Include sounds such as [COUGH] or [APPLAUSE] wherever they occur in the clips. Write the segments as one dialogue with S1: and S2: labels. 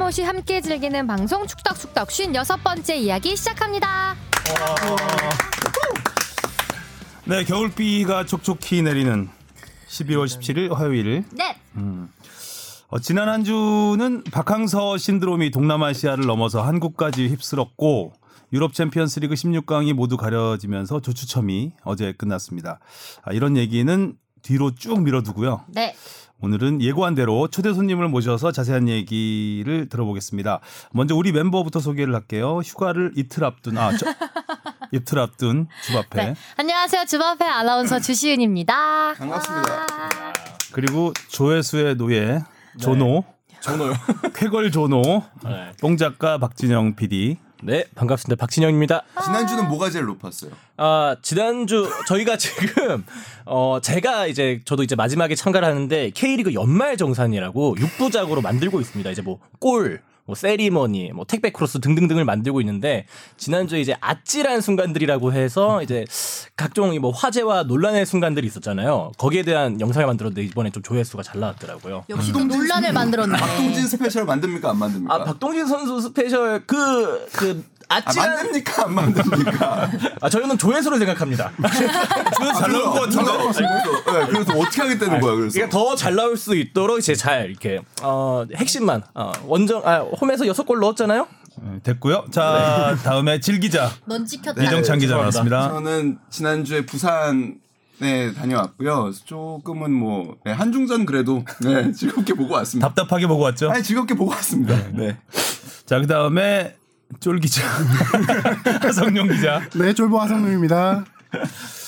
S1: 없이 함께 즐기는 방송 축덕축덕 56번째 이야기 시작합니다.
S2: 네, 겨울비가 촉촉히 내리는 12월 17일 화요일.
S1: 네.
S2: 어, 지난 한 주는 박항서 신드롬이 동남아시아를 넘어서 한국까지 휩쓸었고 유럽 챔피언스리그 16강이 모두 가려지면서 조추첨이 어제 끝났습니다. 아, 이런 얘기는 뒤로 쭉 밀어두고요.
S1: 네.
S2: 오늘은 예고한 대로 초대 손님을 모셔서 자세한 얘기를 들어보겠습니다. 먼저 우리 멤버부터 소개를 할게요. 휴가를 이틀 앞둔 아 저, 이틀 앞둔 주 앞에
S1: 네. 안녕하세요. 주바페 아나운서 주시은입니다. 아.
S3: 반갑습니다.
S2: 그리고 조회수의 노예 조노
S3: 전호요.
S2: [LAUGHS] 쾌걸 조노 뽕 작가 박진영 PD
S4: 네, 반갑습니다. 박진영입니다.
S3: 지난주는 뭐가 제일 높았어요?
S4: 아, 지난주 저희가 지금 어, 제가 이제 저도 이제 마지막에 참가를 하는데 K리그 연말 정산이라고 6부작으로 만들고 있습니다. 이제 뭐 골, 뭐 세리머니, 뭐 택배 크로스 등등등을 만들고 있는데 지난주에 이제 아찔한 순간들이라고 해서 이제 각종 이뭐 화제와 논란의 순간들이 있었잖아요. 거기에 대한 영상을 만들었는데 이번에 좀 조회수가 잘 나왔더라고요.
S1: 역시 또 논란을
S3: [LAUGHS]
S1: 만들었네.
S3: 박동진 스페셜 만듭니까 안 만듭니까?
S4: 아, 박동진 선수 스페셜 그 그
S3: 아,
S4: 아찔한
S3: 만듭니까 안 만듭니까?
S4: 아, 저희는 조회수로 생각합니다.
S3: 아, 잘 나온 거 같은데. 그래서, 네, 그래서 어떻게 하겠다는 거야 그래서.
S4: 이게 그러니까 더 잘 나올 수 있도록 이제 잘 이렇게 어, 핵심만 어, 원정 아 홈에서 여섯 골 넣었잖아요.
S2: 네, 됐고요. 자 다음에 질 기자
S1: 넌
S5: 네.
S1: 찍혔다.
S2: 네, 이정찬 기자
S4: 죄송합니다.
S2: 나왔습니다.
S3: 저는 지난주에 부산에 다녀왔고요. 그래서 조금은 뭐 네, 한중전 그래도 네, 즐겁게 보고 왔습니다.
S2: 답답하게 보고 왔죠.
S3: 아니 즐겁게 보고 왔습니다. 네.
S2: 자 그다음에 쫄 기자 [LAUGHS] 하성룡 기자
S6: 네, 쫄보 하성룡입니다.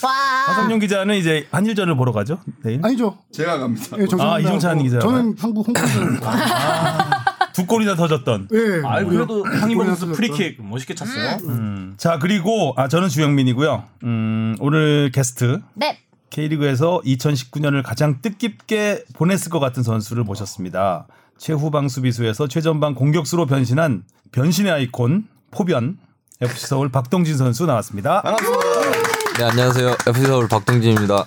S1: 와.
S2: 하성룡 기자는 이제 한일전을 보러 가죠 내일
S6: 아니죠.
S3: 제가 갑니다.
S6: 예, 정상훈
S2: 아, 이종찬
S6: 나오고,
S2: 기자.
S6: 저는 한국 홍콩입니다.
S2: 두 골이나 터졌던.
S6: 예.
S4: 아 그래도
S1: 음.
S4: 황희범 선수
S6: 골이나
S4: 프리킥 멋있게 찼어요. 음.
S2: 자 그리고 아 저는 주영민이고요. 음 오늘 게스트
S1: 네.
S2: K리그에서 2019년을 가장 뜻깊게 보냈을 것 같은 선수를 모셨습니다. 최후방 수비수에서 최전방 공격수로 변신한 변신의 아이콘 포변 FC 서울 박동진 선수 나왔습니다.
S7: 네 안녕하세요 FC 서울 박동진입니다.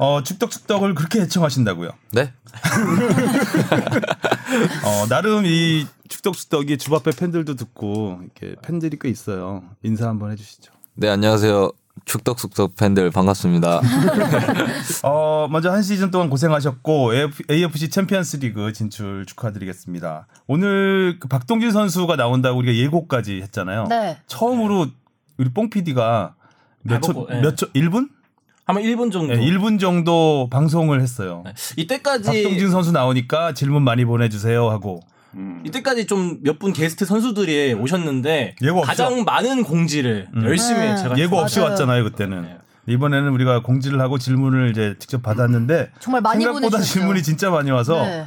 S2: 어, 축덕축덕을 그렇게 애청하신다고요.
S7: 네?
S2: 어, 나름 이 축덕축덕이 주바페 팬들도 듣고 이렇게 팬들이 꽤 있어요. 인사 한번 해주시죠.
S7: 네 안녕하세요 축덕숙덕 팬들 반갑습니다.
S2: 어, 먼저 한 시즌 동안 고생하셨고 AFC 챔피언스리그 진출 축하드리겠습니다. 오늘 그 박동진 선수가 나온다고 우리가 예고까지 했잖아요.
S1: 네.
S2: 처음으로 우리 뽕 PD가 몇
S4: 아,
S2: 초,
S4: 먹고, 예.
S2: 몇 초, 1분?
S4: 아마 1분 네. 정도.
S2: 네, 1분 정도 방송을 했어요.
S4: 이때까지
S2: 박동진 선수 나오니까 질문 많이 보내주세요 하고.
S4: 이때까지 좀 몇 분 게스트 선수들이 오셨는데
S2: 예고 없죠? 음.
S4: 가장 많은 공지를 열심히
S1: 네.
S4: 제가
S2: 예고 없이
S1: 맞아요.
S2: 왔잖아요, 그때는. 이번에는 우리가 공지를 하고 질문을 이제 직접 받았는데
S1: 정말 많이
S2: 생각보다
S1: 보내주셨어요.
S2: 질문이 진짜 많이 와서
S1: 네.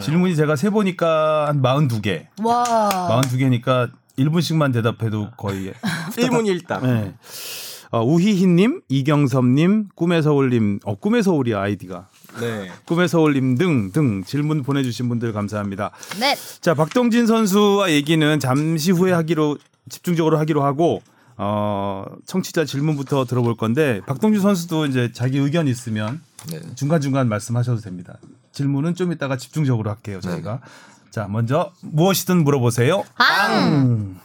S2: 질문이 제가 세 보니까 한 42개.
S5: 아.
S1: 와.
S2: 42개니까 1분씩만 대답해도 거의
S4: 1분 1답.
S2: 네. 어, 우희희님, 이경섭님, 꿈의 서울님, 어, 꿈의 서울이 아이디가.
S4: 네.
S2: 꿈의 서울님 등등 질문 보내주신 분들 감사합니다.
S1: 네.
S2: 자, 박동진 선수와 얘기는 잠시 후에 하기로 집중적으로 하기로 하고 어, 청취자 질문부터 들어볼 건데 박동진 선수도 이제 자기 의견 있으면
S7: 네.
S2: 중간 중간 말씀하셔도 됩니다. 질문은 좀 이따가 집중적으로 할게요 저희가. 자, 먼저 무엇이든 물어보세요.
S1: 앙.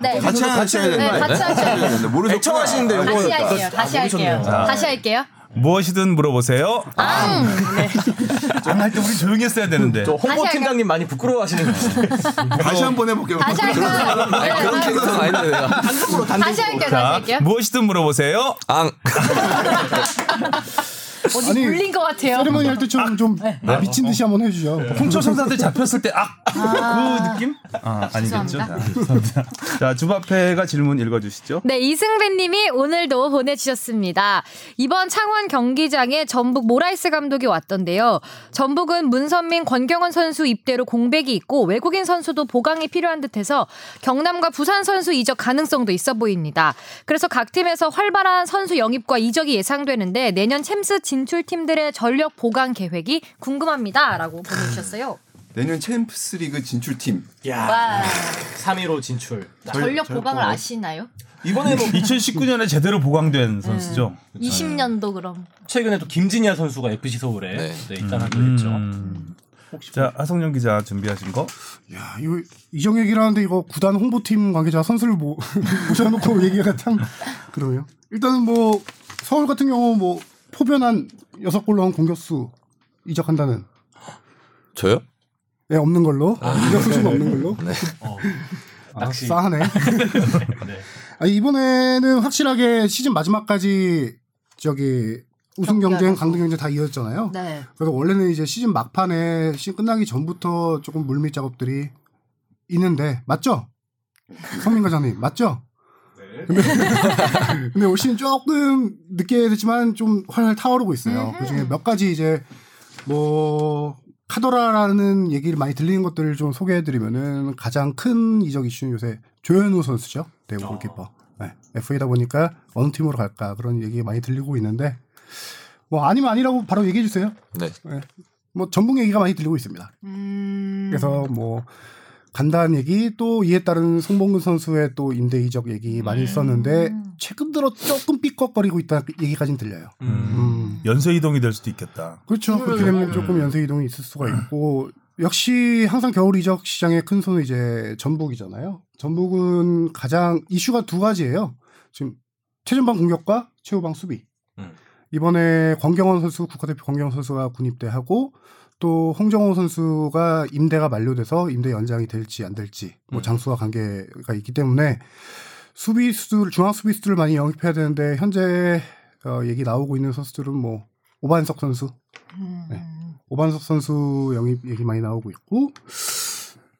S1: 네.
S3: 같이 하셔야 되는데.
S1: 네, 같이 하셔야 돼요.
S3: 되는데 모르셨구나.
S4: 애청하시는데 요거
S1: 아, 다시 할게요. 다시 할게요. 다시 할게요.
S2: 무엇이든 물어보세요.
S1: 앙.
S2: [LAUGHS] 안 할 때 우리 조용히 했어야 되는데.
S4: 저
S1: 다시
S4: 홍보
S1: 할까요?
S4: 팀장님 많이 부끄러워하시는 거 같아요.
S3: 다시 한 번 해볼게요.
S1: 다시 할까요?
S7: 아, 그런 캐릭터 아닌데 내가
S4: 단독으로 단독.
S1: 다시 할게요. 다시
S2: 자,
S1: 할게요.
S2: 무엇이든 물어보세요.
S7: 앙
S1: 어디
S6: 아니,
S1: 물린 것 같아요.
S6: 세레머니 할 때처럼 좀
S2: 네.
S6: 미친 듯이 한번 해주죠.
S2: 홍초 청사들 잡혔을 때 악! 그 느낌? 아, 아니겠죠.
S1: 죄송합니다.
S2: 자, 죄송합니다. 자, 주바페가 질문 읽어주시죠.
S1: 네, 이승배님이 오늘도 보내주셨습니다. 이번 창원 경기장에 전북 모라이스 감독이 왔던데요. 전북은 문선민, 권경원 선수 입대로 공백이 있고 외국인 선수도 보강이 필요한 듯해서 경남과 부산 선수 이적 가능성도 있어 보입니다. 그래서 각 팀에서 활발한 선수 영입과 이적이 예상되는데 내년 챔스 진출 팀들의 전력 보강 계획이 궁금합니다라고 보내주셨어요.
S3: 내년 챔프스리그 진출팀.
S4: 야, 3위로 진출.
S1: 전력 보강을 아시나요?
S4: 이번에 뭐
S2: 음. 2019년에 제대로 보강된 선수죠.
S1: 20년도 그럼.
S4: 최근에 또 김진야 선수가 FC 서울에
S7: 네.
S2: 음.
S4: 네, 입단하기로 했죠.
S2: 자, 하성룡 기자 준비하신 거.
S6: 야, 이거 이정 얘기를 하는데 이거 구단 홍보팀 관계자 선수를 모, [LAUGHS] 모셔놓고 얘기가 참 그러네요. 일단은 뭐 서울 같은 경우 뭐 포변한 여섯 골 넣은 공격수 이적한다는
S7: [LAUGHS] 저요?
S6: 네, 없는 걸로.
S2: 아,
S6: 이적 소식
S2: 네.
S6: 없는 걸로. 아,
S4: 낚시. 네.
S6: 싸하네. 아, 이번에는 확실하게 시즌 마지막까지 저기 우승 경쟁, 강등 경쟁 다 이어졌잖아요.
S1: 네.
S6: 그래서 원래는 이제 시즌 막판에 시즌 끝나기 전부터 조금 물밑 작업들이 있는데 맞죠? 성민 과장님 맞죠? [LAUGHS] 근데, 근데 올 시즌 조금 늦게 됐지만 좀 활활 타오르고 있어요. 그중에 몇 가지 이제 뭐 카더라라는 얘기를 많이 들리는 것들을 좀 소개해드리면은 가장 큰 이적 이슈는 요새 조현우 선수죠 대구 골키퍼. 네, FA다 보니까 어느 팀으로 갈까 그런 얘기 많이 들리고 있는데 뭐 아니면 아니라고 바로 얘기해 주세요.
S7: 네.
S6: 뭐 전북 얘기가 많이 들리고 있습니다. 그래서 뭐 간다는 얘기 또 이에 따른 송봉근 선수의 또 임대 이적 얘기 많이 있었는데 최근 들어 조금 삐걱거리고 있다 얘기까지는 들려요. 음.
S2: 연쇄 이동이 될 수도 있겠다.
S6: 그렇죠. 그렇게 되면 조금 연쇄 이동이 있을 수가 있고 역시 항상 겨울 이적 시장의 큰 손은 이제 전북이잖아요. 전북은 가장 이슈가 두 가지예요. 지금 최전방 공격과 최후방 수비.
S4: 음.
S6: 이번에 권경원 선수 국가대표 권경원 선수가 군입대하고 또 홍정호 선수가 임대가 만료돼서 임대 연장이 될지 안 될지 뭐 장수와 관계가 있기 때문에 수비수들 중앙 수비수들을 많이 영입해야 되는데 현재 어, 얘기 나오고 있는 선수들은 뭐 오반석 선수
S5: 음,
S6: 오반석 선수 영입 얘기 많이 나오고 있고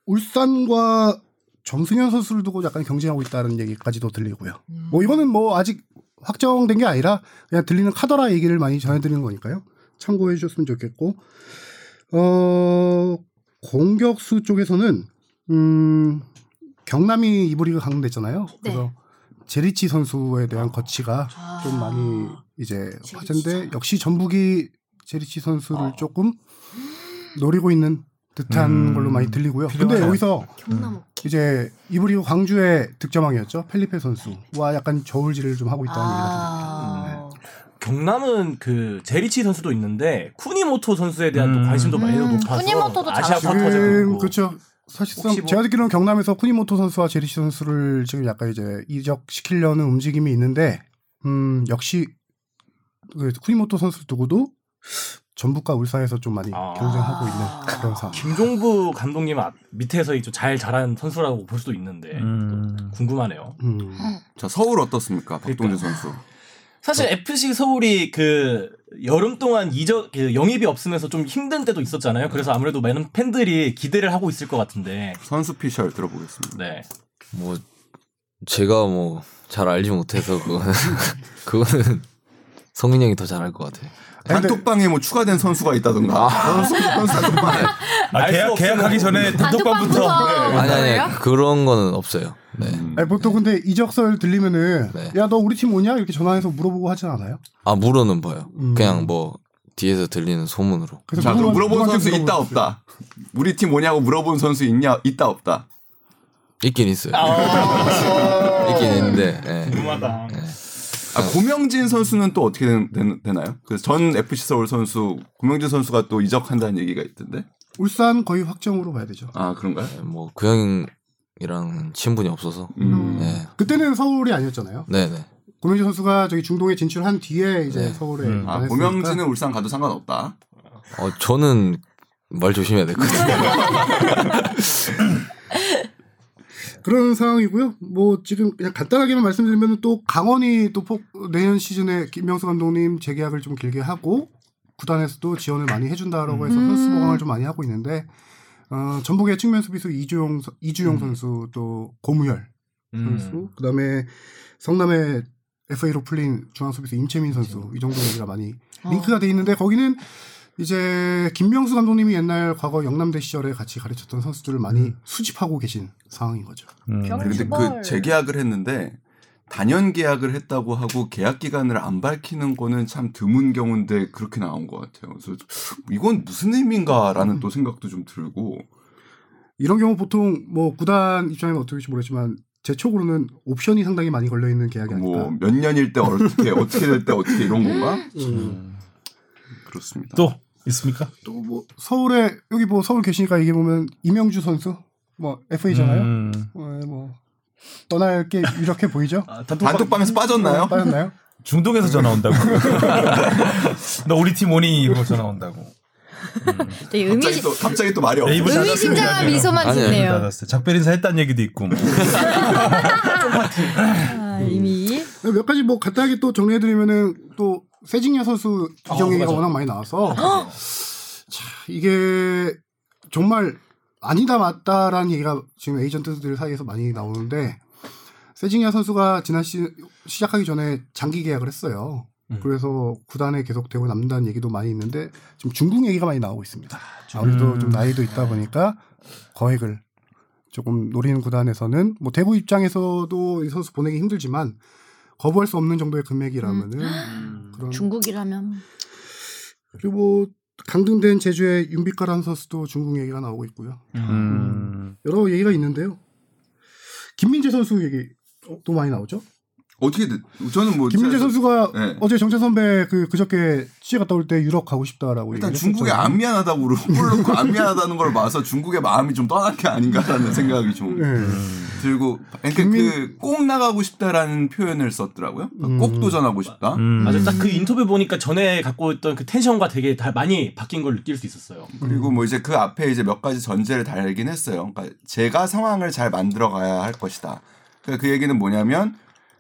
S6: 울산과 정승현 선수를 두고 약간 경쟁하고 있다는 얘기까지도 들리고요.
S5: 음.
S6: 뭐 이거는 뭐 아직 확정된 게 아니라 그냥 들리는 카더라 얘기를 많이 전해드리는 거니까요. 참고해 주셨으면 좋겠고 어 공격수 쪽에서는 음 경남이 이브리그 강등됐잖아요. 그래서 제리치 선수에 대한 거치가 좀 많이 이제 화제인데 역시 전북이 제리치 선수를 조금 노리고 있는 듯한
S2: 음,
S6: 걸로 많이 들리고요. 근데 여기서 이제 이브리그 광주의 득점왕이었죠
S4: 네.
S6: 펠리페 선수와 약간 저울질을 좀 하고 있다는
S1: 아.
S4: 경남은 그 제리치 선수도 있는데 쿠니모토 선수에 대한
S2: 음.
S4: 또 관심도 많이
S1: 음,
S4: 높아서
S1: 쿠니모토도
S4: 아시아
S6: 얘기가 들립니다.
S4: 쿼터제
S6: 지금 그렇죠. 사실상
S4: 혹시 뭐-
S6: 제가 듣기로는 경남에서 쿠니모토 선수와 제리치 선수를 지금 약간 이제 이적시키려는 움직임이 있는데 음 역시 그 쿠니모토 선수 두고도 전북과 울산에서 좀 많이
S4: 아.
S6: 경쟁하고 있는 그런 상황.
S4: 김종부 감독님 앞 밑에서 이제 잘 자란 선수라고 볼 수도 있는데 네, 또 궁금하네요.
S6: 음.
S3: 자 서울 어떻습니까, 박동준 선수?
S4: 사실 FC 서울이 그 여름 동안 이적 그 영입이 없으면서 좀 힘든 때도 있었잖아요. 그래서 아무래도 많은 팬들이 기대를 하고 있을 것 같은데.
S3: 선수 피셜 들어보겠습니다.
S4: 네.
S7: 뭐 제가 뭐 잘 알지 못해서 그거는 [LAUGHS] 그거는 성민 형이 더 잘할 것 같아요.
S3: 단톡방에 뭐 추가된 선수가
S6: 아.
S3: 있다던가. 선수, 선수 단톡방에.
S2: 아,
S4: 알
S2: 계약,
S4: 수
S2: 계약하기 전에 단톡방부터. 네.
S1: 단톡방부터.
S7: 아니 아니
S1: 그래요?
S7: 그런 거는 없어요. 네.
S6: 아니, 보통 근데 이적설 들리면은
S7: 네.
S6: 야 너 우리 팀 오냐 이렇게 전화해서 물어보고 하진 않아요?
S7: 아 물어는 봐요.
S6: 음.
S7: 그냥 뭐 뒤에서 들리는 소문으로.
S6: 그래서
S3: 자, 그럼
S6: 누구한테-
S3: 물어본
S6: 누구한테
S3: 선수 있다
S6: 물어보세요?
S3: 없다. 우리 팀 뭐냐고 물어본 선수 있냐 있다 없다.
S7: 있긴 있어요. [LAUGHS] 있긴 있는데. 예.
S4: 궁금하다.
S3: 아, 고명진 선수는 또 어떻게 된- 된- 되나요? 그 전 FC 서울 선수 고명진 선수가 또 이적한다는 얘기가 있던데.
S6: 울산 거의 확정으로 봐야 되죠.
S3: 아 그런가요?
S7: 뭐 그 형이랑 친분이 없어서.
S3: 음.
S7: 네.
S6: 그때는 서울이 아니었잖아요.
S7: 네네.
S6: 고명진 선수가 저기 중동에 진출한 뒤에 이제 서울에
S3: 아
S6: 입단했으니까.
S3: 고명진은 울산 가도 상관없다.
S7: 어 저는 말 조심해야 될 것 같아요.
S6: 그런 상황이고요. 뭐 지금 그냥 간단하게만 말씀드리면 또 강원이 또 폭, 내년 시즌에 김명수 감독님 재계약을 좀 길게 하고 구단에서도 지원을 많이 해준다라고 해서 선수 보강을 좀 많이 하고 있는데 어, 전북의 측면 수비수 이주용 선- 이주용
S3: 음.
S6: 선수 또 고무열 선수 그다음에 성남의 FA로 풀린 중앙 수비수 임채민 선수 이 정도 얘기가 많이
S5: 어.
S6: 링크가 돼 있는데 거기는 이제 김명수 감독님이 옛날 과거 영남대 시절에 같이 가르쳤던 선수들을 많이
S3: 음.
S6: 수집하고 계신 상황인 거죠.
S2: 음.
S3: 근데 그 재계약을 했는데 단연 계약을 했다고 하고 계약 기간을 안 밝히는 거는 참 드문 경우인데 그렇게 나온 것 같아요. 그래서 이건 무슨 의미인가라는 또 생각도 좀 들고
S6: 이런 경우 보통 뭐 구단 입장에는 어떻게 될지 모르겠지만 제 촉으로는 옵션이 상당히 많이 걸려 있는 계약이
S3: 뭐
S6: 아닐까.
S3: 몇 년일 때 어떻게 어떻게 될 때 어떻게 이런 건가
S6: 음.
S3: 그렇습니다.
S2: 또 있습니까?
S6: 또 뭐 서울에 여기 뭐 서울 계시니까 얘기해 보면 이명주 선수 뭐 FA잖아요.
S2: 음.
S6: 뭐 떠날 게 유력해
S3: [LAUGHS]
S6: 보이죠? 어,
S2: 아, 단톡방-
S3: 단톡방에서 빠졌나요?
S6: 빠졌나요?
S2: 중동에서 전화 온다고. [LAUGHS] 너 우리 팀 오니 이러고 전화 온다고.
S1: 되게
S3: 갑자기
S1: 의미심,
S3: 또 갑자기 또 말이
S2: 에이블
S3: 없어.
S2: 다-
S1: 의미심장한
S2: 닫았습니다.
S1: 미소만
S7: 아니, 아니,
S1: 짓네요.
S2: 알았어. 작별 인사 했다는 얘기도 있고. 뭐.
S1: 아, 이미.
S6: 몇 가지 뭐 간단하게 또 정리해드리면은 또 세징야 선수
S4: 어,
S6: 규정 얘기가
S4: 맞아. 어?
S6: 워낙 많이 나와서 자, 이게 정말 아니다 맞다라는 얘기가 지금 에이전트들 사이에서 많이 나오는데 세징야 선수가 지난 시 시작하기 전에 장기 계약을 했어요.
S4: 음.
S6: 그래서 구단에 계속 되고 남는다는 얘기도 많이 있는데 지금 중국 얘기가 많이 나오고 있습니다. 아무래도
S4: 음.
S6: 좀 나이도
S4: 네.
S6: 있다 보니까 거액을 조금 노리는 구단에서는 뭐 대구 입장에서도 이 선수 보내기 힘들지만 거부할 수 없는 정도의 금액이라면은
S2: 음.
S6: 그런
S1: 음. 중국이라면
S6: 그리고 뭐 강등된 제주의 윤빛가라는 선수도 중국 얘기가 나오고 있고요.
S2: 음.
S6: 여러 얘기가 있는데요. 김민재 선수 얘기 어, 또 많이 나오죠.
S3: 어떻게 됐- 저는 뭐
S6: 김민재
S3: 제가-
S6: 선수가
S3: 네.
S6: 어제 정찬 선배 그 그저께 취재 갔다 올 때 유럽 가고 싶다라고
S3: 일단
S6: 얘기를
S3: 중국에
S6: 했었잖아요.
S3: 안 미안하다고 그러고 골
S6: [LAUGHS]
S3: 넣고 안 미안하다는 걸 봐서 중국의 마음이 좀 떠난 게 아닌가라는 생각이 좀
S6: 네.
S3: 들고 그러니까 그꼭 나가고 싶다라는 표현을 썼더라고요.
S6: 음.
S3: 꼭 도전하고 싶다.
S2: 음.
S4: 맞아요. 딱 그 인터뷰 보니까 전에 갖고 있던 그 텐션과 되게 다 많이 바뀐 걸 느낄 수 있었어요.
S2: 음.
S3: 그리고 뭐 이제 그 앞에 이제 몇 가지 전제를 달긴 했어요. 그러니까 제가 상황을 잘 만들어 가야 할 것이다. 그러니까 그 얘기는 뭐냐면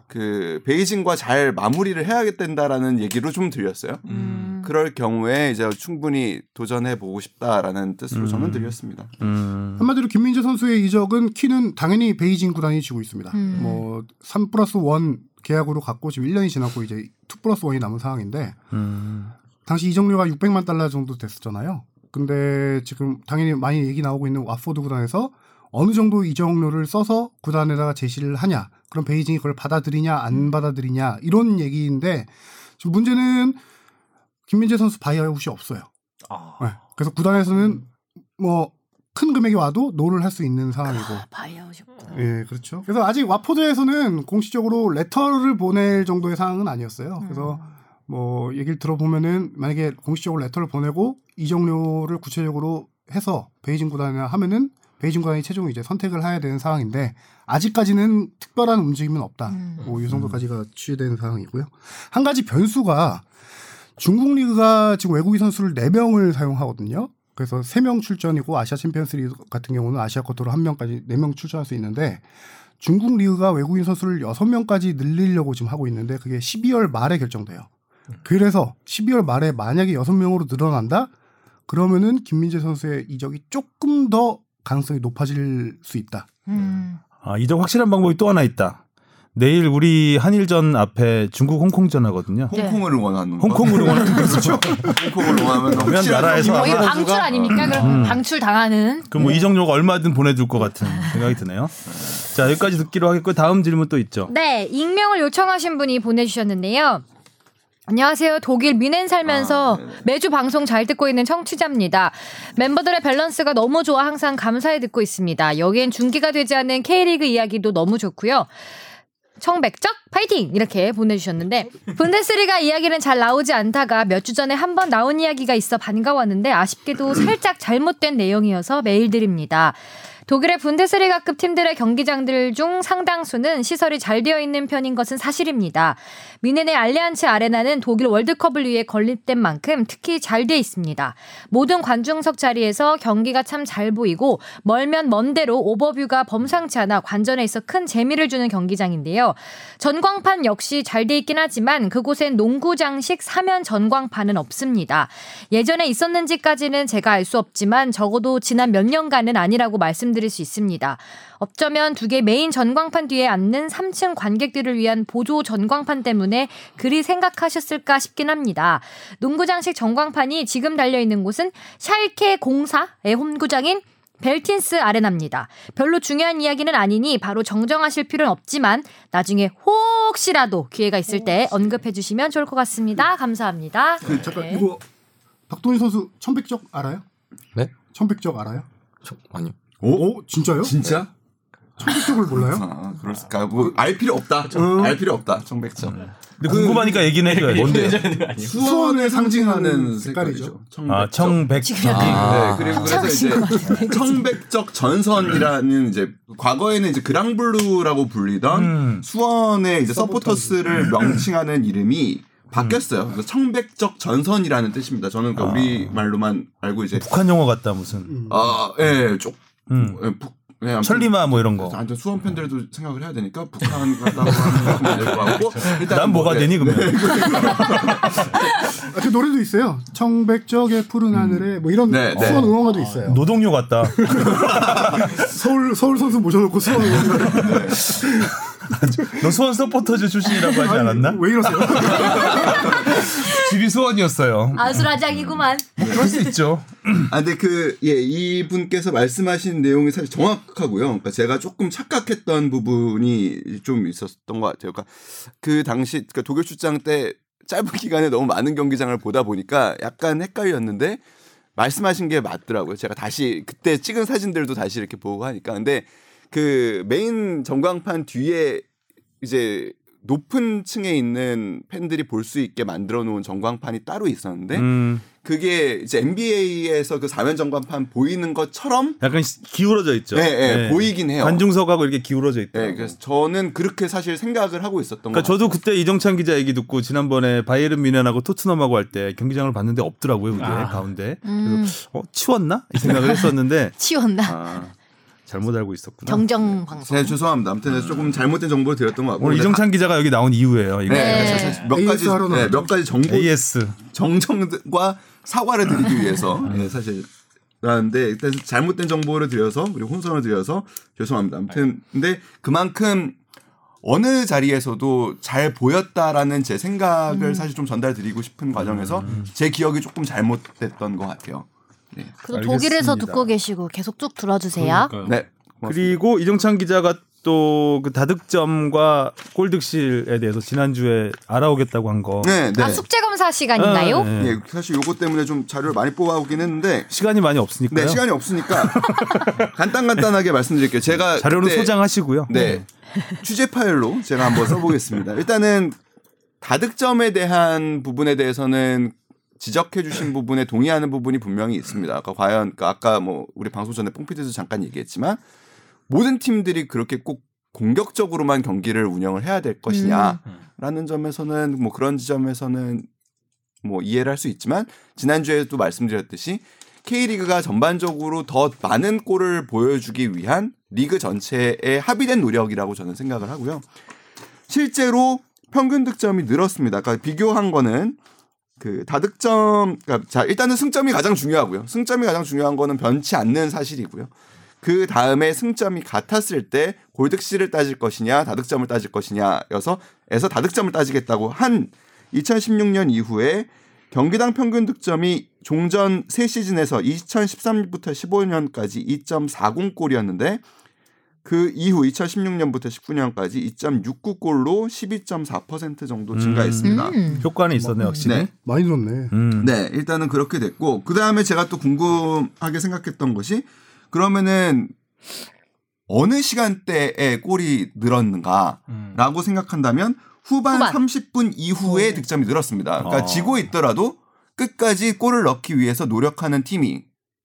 S3: 그 베이징과 잘 마무리를 해야 된다라는 얘기로 좀 들렸어요.
S1: 음.
S3: 그럴 경우에 이제 충분히 도전해 보고 싶다라는 뜻으로 저는 들렸습니다.
S2: 음.
S6: 한마디로 김민재 선수의 이적은 키는 당연히 베이징 구단이 쥐고 있습니다.
S1: 음.
S6: 뭐3 플러스 1 계약으로 갖고 지금 1년이 지났고 이제 2 플러스 1이 남은 상황인데
S2: 음.
S6: 당시 이적료가 600만 달러 정도 됐었잖아요. 근데 지금 당연히 많이 얘기 나오고 있는 왓포드 구단에서 어느 정도 이적료를 써서 구단에다가 제시를 하냐, 그럼 베이징이 그걸 받아들이냐 안 받아들이냐 이런 얘기인데 지금 문제는 김민재 선수 바이아웃이 없어요.
S4: 아.
S6: 네. 그래서 구단에서는 뭐 큰 금액이 와도 노를 할 수 있는 상황이고.
S5: 아.
S1: 바이아웃이었구나.
S6: 예, 그렇죠. 그래서 아직 와포드에서는 공식적으로 레터를 보낼 정도의 상황은 아니었어요.
S5: 음.
S6: 그래서 뭐 얘기를 들어보면은 만약에 공식적으로 레터를 보내고 이적료를 구체적으로 해서 베이징 구단이나 하면은 베이징 구단이 최종 이제 선택을 해야 되는 상황인데 아직까지는 특별한 움직임은 없다.
S1: 음.
S6: 뭐 이 정도까지가 취재되는 상황이고요. 한 가지 변수가 중국 리그가 지금 외국인 선수를 4명을 사용하거든요. 그래서 3명 출전이고 아시아 챔피언스 리그 같은 경우는 아시아 쿼터로 1명까지 4명 출전할 수 있는데 중국 리그가 외국인 선수를 6명까지 늘리려고 지금 하고 있는데 그게 12월 말에 결정돼요. 그래서 12월 말에 만약에 6명으로 늘어난다? 그러면은 김민재 선수의 이적이 조금 더 가능성이 높아질 수 있다.
S1: 음.
S2: 아, 이적 확실한 방법이 또 하나 있다. 내일 우리 한일전 앞에 중국 홍콩전 하거든요.
S3: 홍콩을 원하는 거.
S2: 네. 홍콩으로 원하는 거죠.
S3: 홍콩을 원하면
S2: 그러면
S3: 확실한
S2: 나라에서
S3: 형이
S1: 거의
S3: 원하는
S1: 뭐 방출
S3: 수가- 음.
S1: 아닙니까? 그럼 방출 당하는.
S2: 그럼 뭐 이정료가 얼마든 보내줄 것 같은 생각이 드네요. 자, 여기까지 듣기로 하겠고 다음 질문 또 있죠.
S1: 네, 익명을 요청하신 분이 보내주셨는데요. 안녕하세요. 독일 미넨 살면서
S3: 아, 네.
S1: 매주 방송 잘 듣고 있는 청취자입니다. 멤버들의 밸런스가 너무 좋아 항상 감사해 듣고 있습니다. 여기엔 중계가 되지 않는 K리그 이야기도 너무 좋고요. 청백적 파이팅 이렇게 보내주셨는데 분데스리가 이야기는 잘 나오지 않다가 몇 주 전에 한 번 나온 이야기가 있어 반가웠는데 아쉽게도 살짝 잘못된 내용이어서 메일 드립니다. 독일의 분데스리가급 팀들의 경기장들 중 상당수는 시설이 잘 되어 있는 편인 것은 사실입니다. 미넨의 알리안츠 아레나는 독일 월드컵을 위해 건립된 만큼 특히 잘 돼 있습니다. 모든 관중석 자리에서 경기가 참 잘 보이고 멀면 먼데로 오버뷰가 범상치 않아 관전에 있어 큰 재미를 주는 경기장인데요. 전광판 역시 잘 돼 있긴 하지만 그곳엔 농구장식 사면 전광판은 없습니다. 예전에 있었는지까지는 제가 알 수 없지만 적어도 지난 몇 년간은 아니라고 말씀드릴 수 있습니다. 어쩌면 두 개 메인 전광판 뒤에 앉는 3층 관객들을 위한 보조 전광판 때문에 그리 생각하셨을까 싶긴 합니다. 농구장식 전광판이 지금 달려있는 곳은 샬케 공사의 홈구장인 벨틴스 아레나입니다. 별로 중요한 이야기는 아니니 바로 정정하실 필요는 없지만 나중에 혹시라도 기회가 있을 때 언급해 주시면 좋을 것 같습니다.
S5: [LAUGHS]
S1: 감사합니다.
S6: 그 잠깐
S1: 네.
S6: 이거 박동희 선수 천백적 알아요?
S7: 네?
S6: 천백적 알아요?
S7: [LAUGHS] 저, 아니요.
S6: 오, 어? 진짜요? 아.
S3: 진짜?
S6: 천백적을 몰라요?
S3: 그러니까
S2: 그렇죠. 음.
S3: 아, 그럴까? 뭐 알 필요 없다. 알 필요 없다. 청백점.
S2: 근데 궁금하니까 얘기는 해줘야죠. [LAUGHS]
S7: 뭔데요?
S6: 수원을 상징하는
S3: 네. 상징하는
S6: 색깔이죠.
S3: 색깔이죠.
S2: 아,
S3: 청백적.
S2: 청백.
S7: 아.
S3: 네, 그리고 그래서 이제 청백적 전선이라는 이제 과거에는 이제 그랑블루라고 불리던
S2: 음.
S3: 수원의 이제 서포터스를 명칭하는 이름이 바뀌었어요. 그래서 청백적 전선이라는 뜻입니다. 저는 그 우리 말로만 알고 이제
S2: 북한 영화 같다 무슨.
S3: 아, 예, 쪽
S2: 음.
S3: 예, 북 예, 아무튼
S2: 천리마 뭐 이런 거.
S3: 완전 수원 팬들도 생각을 해야 되니까 북한 갔다고 하는 거 하고 일단
S2: 난
S3: 뭐,
S2: 뭐가
S3: 예,
S2: 되니 그러면.
S6: 아, 그 노래도 있어요. 청백적의 푸른 하늘에 뭐 이런
S3: 네, 네.
S6: 수원 응원가도 있어요.
S2: 노동요 같다.
S6: 아, 서울 서울 선수 모셔놓고 수원 응원가
S2: 너 수원 서포터즈 출신이라고 하지 않았나?
S6: 왜 이러세요?
S2: 집이 수원이었어요.
S1: 아수라장이구만.
S2: 그럴 수 있죠.
S3: 아, 근데 그, 예, 이분께서 말씀하신 내용이 사실 정확하고요. 그러니까 제가 조금 착각했던 부분이 좀 있었던 것 같아요. 그러니까 그 당시, 그러니까 독일 출장 때 짧은 기간에 너무 많은 경기장을 보다 보니까 약간 헷갈렸는데 말씀하신 게 맞더라고요. 제가 다시 그때 찍은 사진들도 다시 이렇게 보고 하니까. 근데 그 메인 전광판 뒤에 이제 높은 층에 있는 팬들이 볼 수 있게 만들어 놓은 전광판이 따로 있었는데
S2: 음,
S3: 그게 이제 NBA에서 그 사면 전광판 보이는 것처럼
S2: 약간 시- 기울어져 있죠.
S3: 예, 예,
S2: 예.
S3: 보이긴 해요.
S2: 관중석하고 이렇게 기울어져 있다.
S3: 예, 그래서 저는 그렇게 사실 생각을 하고 있었던
S2: 그러니까
S3: 것
S2: 저도 그때 이정찬 기자 얘기 듣고 지난번에 바이에른 뮌헨하고 토트넘하고 할 때 경기장을 봤는데 없더라고요 그게
S4: 아.
S2: 가운데
S1: 음.
S2: 그래서 어 치웠나 이 생각을 했었는데 [LAUGHS]
S1: 치웠나?
S3: 같아요.
S2: 잘못 알고 있었구나.
S1: 정정
S3: 아, 네,
S1: 방송.
S3: 죄송합니다. 아무튼 조금 잘못된 정보를 드렸던 것 같고
S2: 오늘 이정찬 기자가 여기 나온 이유예요. 이거
S3: 네,
S1: 네.
S3: 그래서 사실 몇
S6: AS
S3: 가지
S6: 하러
S3: 네,
S6: 나왔죠.
S3: 몇 가지 정보
S2: AS
S3: 정정과 사과를 드리기 위해서
S2: 아.
S3: 예, 사실 나는데 일단 잘못된 정보를 드려서 그리고 혼선을 드려서 죄송합니다. 아무튼 근데 그만큼 어느 자리에서도 잘 보였다라는 제
S2: 음.
S3: 생각을 사실 좀 전달드리고 싶은 과정에서 제 기억이 조금 잘못됐던 것 같아요. 네.
S2: 알겠습니다.
S5: 그래서 독일에서 듣고 계시고 계속 쭉 들어주세요.
S3: 네.
S2: 그리고 이정찬 기자가 또 그 다득점과 골득실에 대해서 지난주에 알아오겠다고 한 거.
S3: 네, 네.
S1: 아 숙제 검사 시간인가요?
S2: 네, 네.
S3: 예, 사실 요거 때문에 좀 자료를 많이 뽑아오긴 했는데
S2: 시간이 많이 없으니까요.
S3: 네, 시간이 없으니까 간단 간단하게 말씀드릴게요. 제가
S2: 자료는
S3: 그때-
S2: 소장하시고요.
S3: 네. 취재 파일로 제가 한번 써보겠습니다. 일단은 다득점에 대한 부분에 대해서는 지적해주신 부분에 동의하는 부분이 분명히 있습니다. 아까 과연 그 아까 뭐 우리 방송 전에 뽕피디도 잠깐 얘기했지만 모든 팀들이 그렇게 꼭 공격적으로만 경기를 운영을 해야 될 것이냐라는 점에서는 뭐 그런 지점에서는 뭐 이해를 할 수 있지만 지난주에도 말씀드렸듯이 K리그가 전반적으로 더 많은 골을 보여주기 위한 리그 전체의 합의된 노력이라고 저는 생각을 하고요. 실제로 평균 득점이 늘었습니다. 아까 비교한 거는 그 다득점 그러니까 자 일단은 승점이 가장 중요하고요. 승점이 가장 중요한 거는 변치 않는 사실이고요. 그 다음에 승점이 같았을 때 골득실을 따질 것이냐 다득점을 따질 것이냐여서 에서 다득점을 따지겠다고 한 2016년 이후에 경기당 평균 득점이 종전 세시즌에서 2013부터 15년까지 2.40골이었는데 그 이후 2016년부터 19년까지 2.69골로 12.4% 정도 증가했습니다.
S1: 음.
S2: 효과는 있었네 확실히.
S3: 네.
S6: [LAUGHS] 많이 늘었네.
S2: 음.
S3: 네, 일단은 그렇게 됐고 그 다음에 제가 또 궁금하게 생각했던 것이 그러면은 어느 시간대에 골이
S2: 음.
S3: 늘었는가라고 생각한다면 후반,
S1: 후반.
S3: 30분 이후에 득점이 늘었습니다. 그러니까
S2: 어.
S3: 지고 있더라도 끝까지 골을 넣기 위해서 노력하는 팀이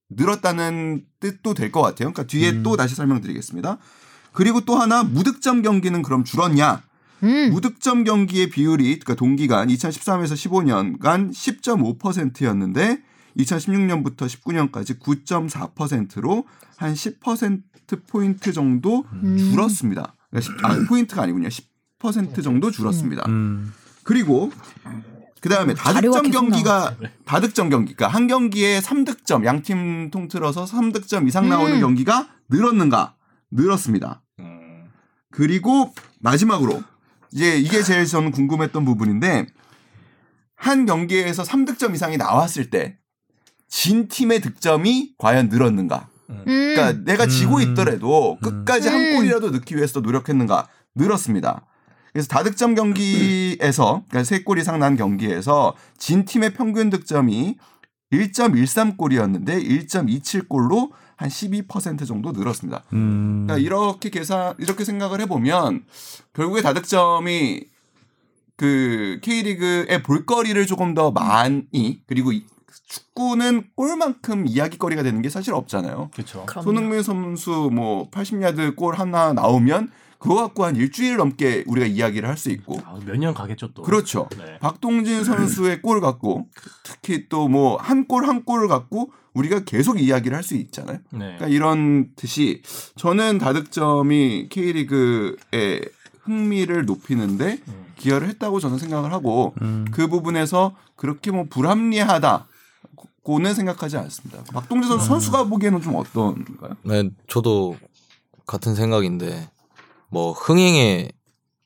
S3: 늘었다는 뜻도 될 것 같아요. 그러니까 뒤에 또 다시 설명드리겠습니다. 그리고 또 하나 무득점 경기는 그럼 줄었냐?
S1: 음.
S3: 무득점 경기의 비율이 그러니까 동기간 2013에서 15년간 10.5%였는데 2016년부터 19년까지 9.4%로 한 10% 포인트 정도
S1: 음.
S5: 음.
S3: 줄었습니다. 그러니까 십- 아, 포인트가 아니군요. 10% 정도 줄었습니다.
S2: 음.
S3: 그리고 그 다음에
S1: 자료가
S3: 다득점
S1: 계속 네.
S3: 경기가 다득점 경기, 그러니까 한 경기에 3득점, 양 팀 통틀어서 3득점 이상 나오는
S1: 음.
S3: 경기가 늘었는가? 늘었습니다. 그리고 마지막으로 이제 이게 제일 저는 궁금했던 부분인데 한 경기에서 3득점 이상이 나왔을 때 진 팀의 득점이 과연 늘었는가?
S1: 음.
S3: 그러니까 내가 지고 있더라도 끝까지 한
S1: 음.
S3: 골이라도 넣기 위해서 노력했는가 늘었습니다. 그래서 다득점 경기에서 그러니까 세 골 이상 난 경기에서 진 팀의 평균 득점이 1.13골이었는데 1.27골로 한 12% 정도 늘었습니다.
S2: 음.
S3: 그러니까 이렇게 계산 이렇게 생각을 해보면 결국에 다득점이 그 그 K리그의 볼거리를 조금 더 많이 그리고 이- 축구는 골만큼 이야기거리가 되는 게 사실 없잖아요.
S2: 그렇죠.
S5: 그럼요.
S3: 손흥민 선수 뭐 80야드 골 하나 나오면 그거 갖고 한 일주일 넘게 우리가 이야기를 할 수 있고
S4: 아, 몇 년 가겠죠 또.
S3: 그렇죠.
S4: 네.
S3: 박동진 선수의 골 갖고 특히 또 뭐 한 골 한 골을 갖고 우리가 계속 이야기를 할 수 있잖아요.
S4: 네.
S3: 그러니까 이런 듯이 저는 다득점이 K리그의 흥미를 높이는데 기여를 했다고 저는 생각을 하고
S2: 음.
S3: 그 부분에서 그렇게 뭐 불합리하다고는 생각하지 않습니다. 박동진
S2: 음.
S3: 선수 선수가 보기에는 좀 어떤가요?
S7: 네, 저도 같은 생각인데 뭐 흥행에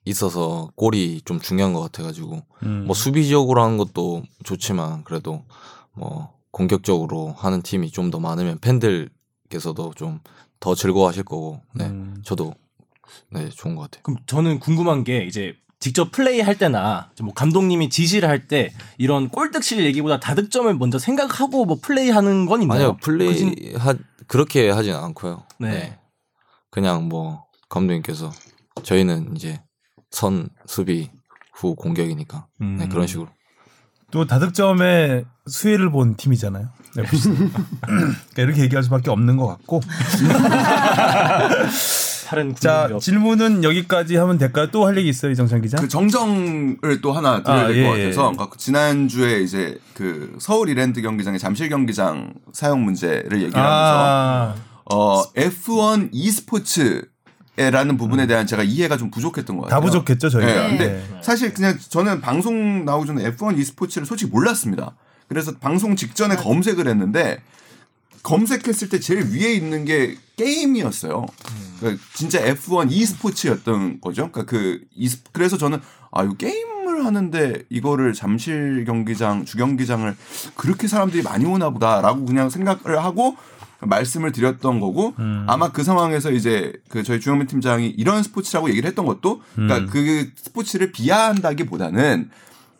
S7: 있어서 골이 좀 중요한 것 같아가지고
S2: 음.
S4: 음.
S7: 뭐 수비적으로 하는 것도 좋지만 그래도 뭐 공격적으로 하는 팀이 좀 더 많으면 팬들께서도 좀 더 즐거워하실 거고 네
S4: 음.
S2: 음.
S7: 저도 네 좋은 것 같아요.
S4: 그럼 저는 궁금한 게 이제 직접 플레이할 때나 이제 뭐 감독님이 지시를 할 때 이런 골득실 얘기보다 다득점을 먼저 생각하고 뭐 플레이하는 건 있나요?
S7: 아니요 플레이
S4: 그진-
S7: 하 그렇게 하진 않고요.
S4: 네.
S7: 네. 그냥 뭐 감독님께서 저희는 이제 선 수비 후 공격이니까 네,
S4: 음.
S7: 그런 식으로
S2: 또 다득점의 수혜를 본 팀이잖아요.
S7: [LAUGHS]
S2: FC. 그러니까 이렇게 얘기할 수밖에 없는 것 같고.
S4: 다른
S7: 네,
S2: 자
S4: 궁금한 게
S7: 그렇죠.
S2: 질문은 여기까지 하면 될까요? 또 할 얘기 있어요, 이정찬 기자?
S3: 그 정정을 또 하나 드려야
S2: 아,
S3: 될
S2: 예,
S3: 것
S2: 예.
S3: 같아서 그러니까 지난주에 이제 그 서울 이랜드 경기장의 잠실 경기장 사용 문제를 얘기하면서
S2: 아,
S3: 어, F1 e스포츠라는 부분에 대한 제가 이해가 좀 부족했던 것 같아요.
S2: 다 부족했죠 저희가.
S3: 네.
S5: 네.
S3: 근데 사실 그냥 저는 방송 나오기 전에 F1 e스포츠를 솔직히 몰랐습니다. 그래서 방송 직전에 검색을 했는데 검색했을 때 제일 위에 있는 게 게임이었어요. 그러니까 진짜 F1 e스포츠였던 거죠. 그러니까 그 e스- 그래서 저는 아, 이 게임을 하는데 이거를 잠실 경기장, 주경기장을 그렇게 사람들이 많이 오나 보다라고 그냥 생각을 하고 말씀을 드렸던 거고
S2: 음.
S3: 아마 그 상황에서 이제 그 저희 주영민 팀장이 이런 스포츠라고 얘기를 했던 것도
S2: 음.
S3: 그러니까 그 스포츠를 비하한다기보다는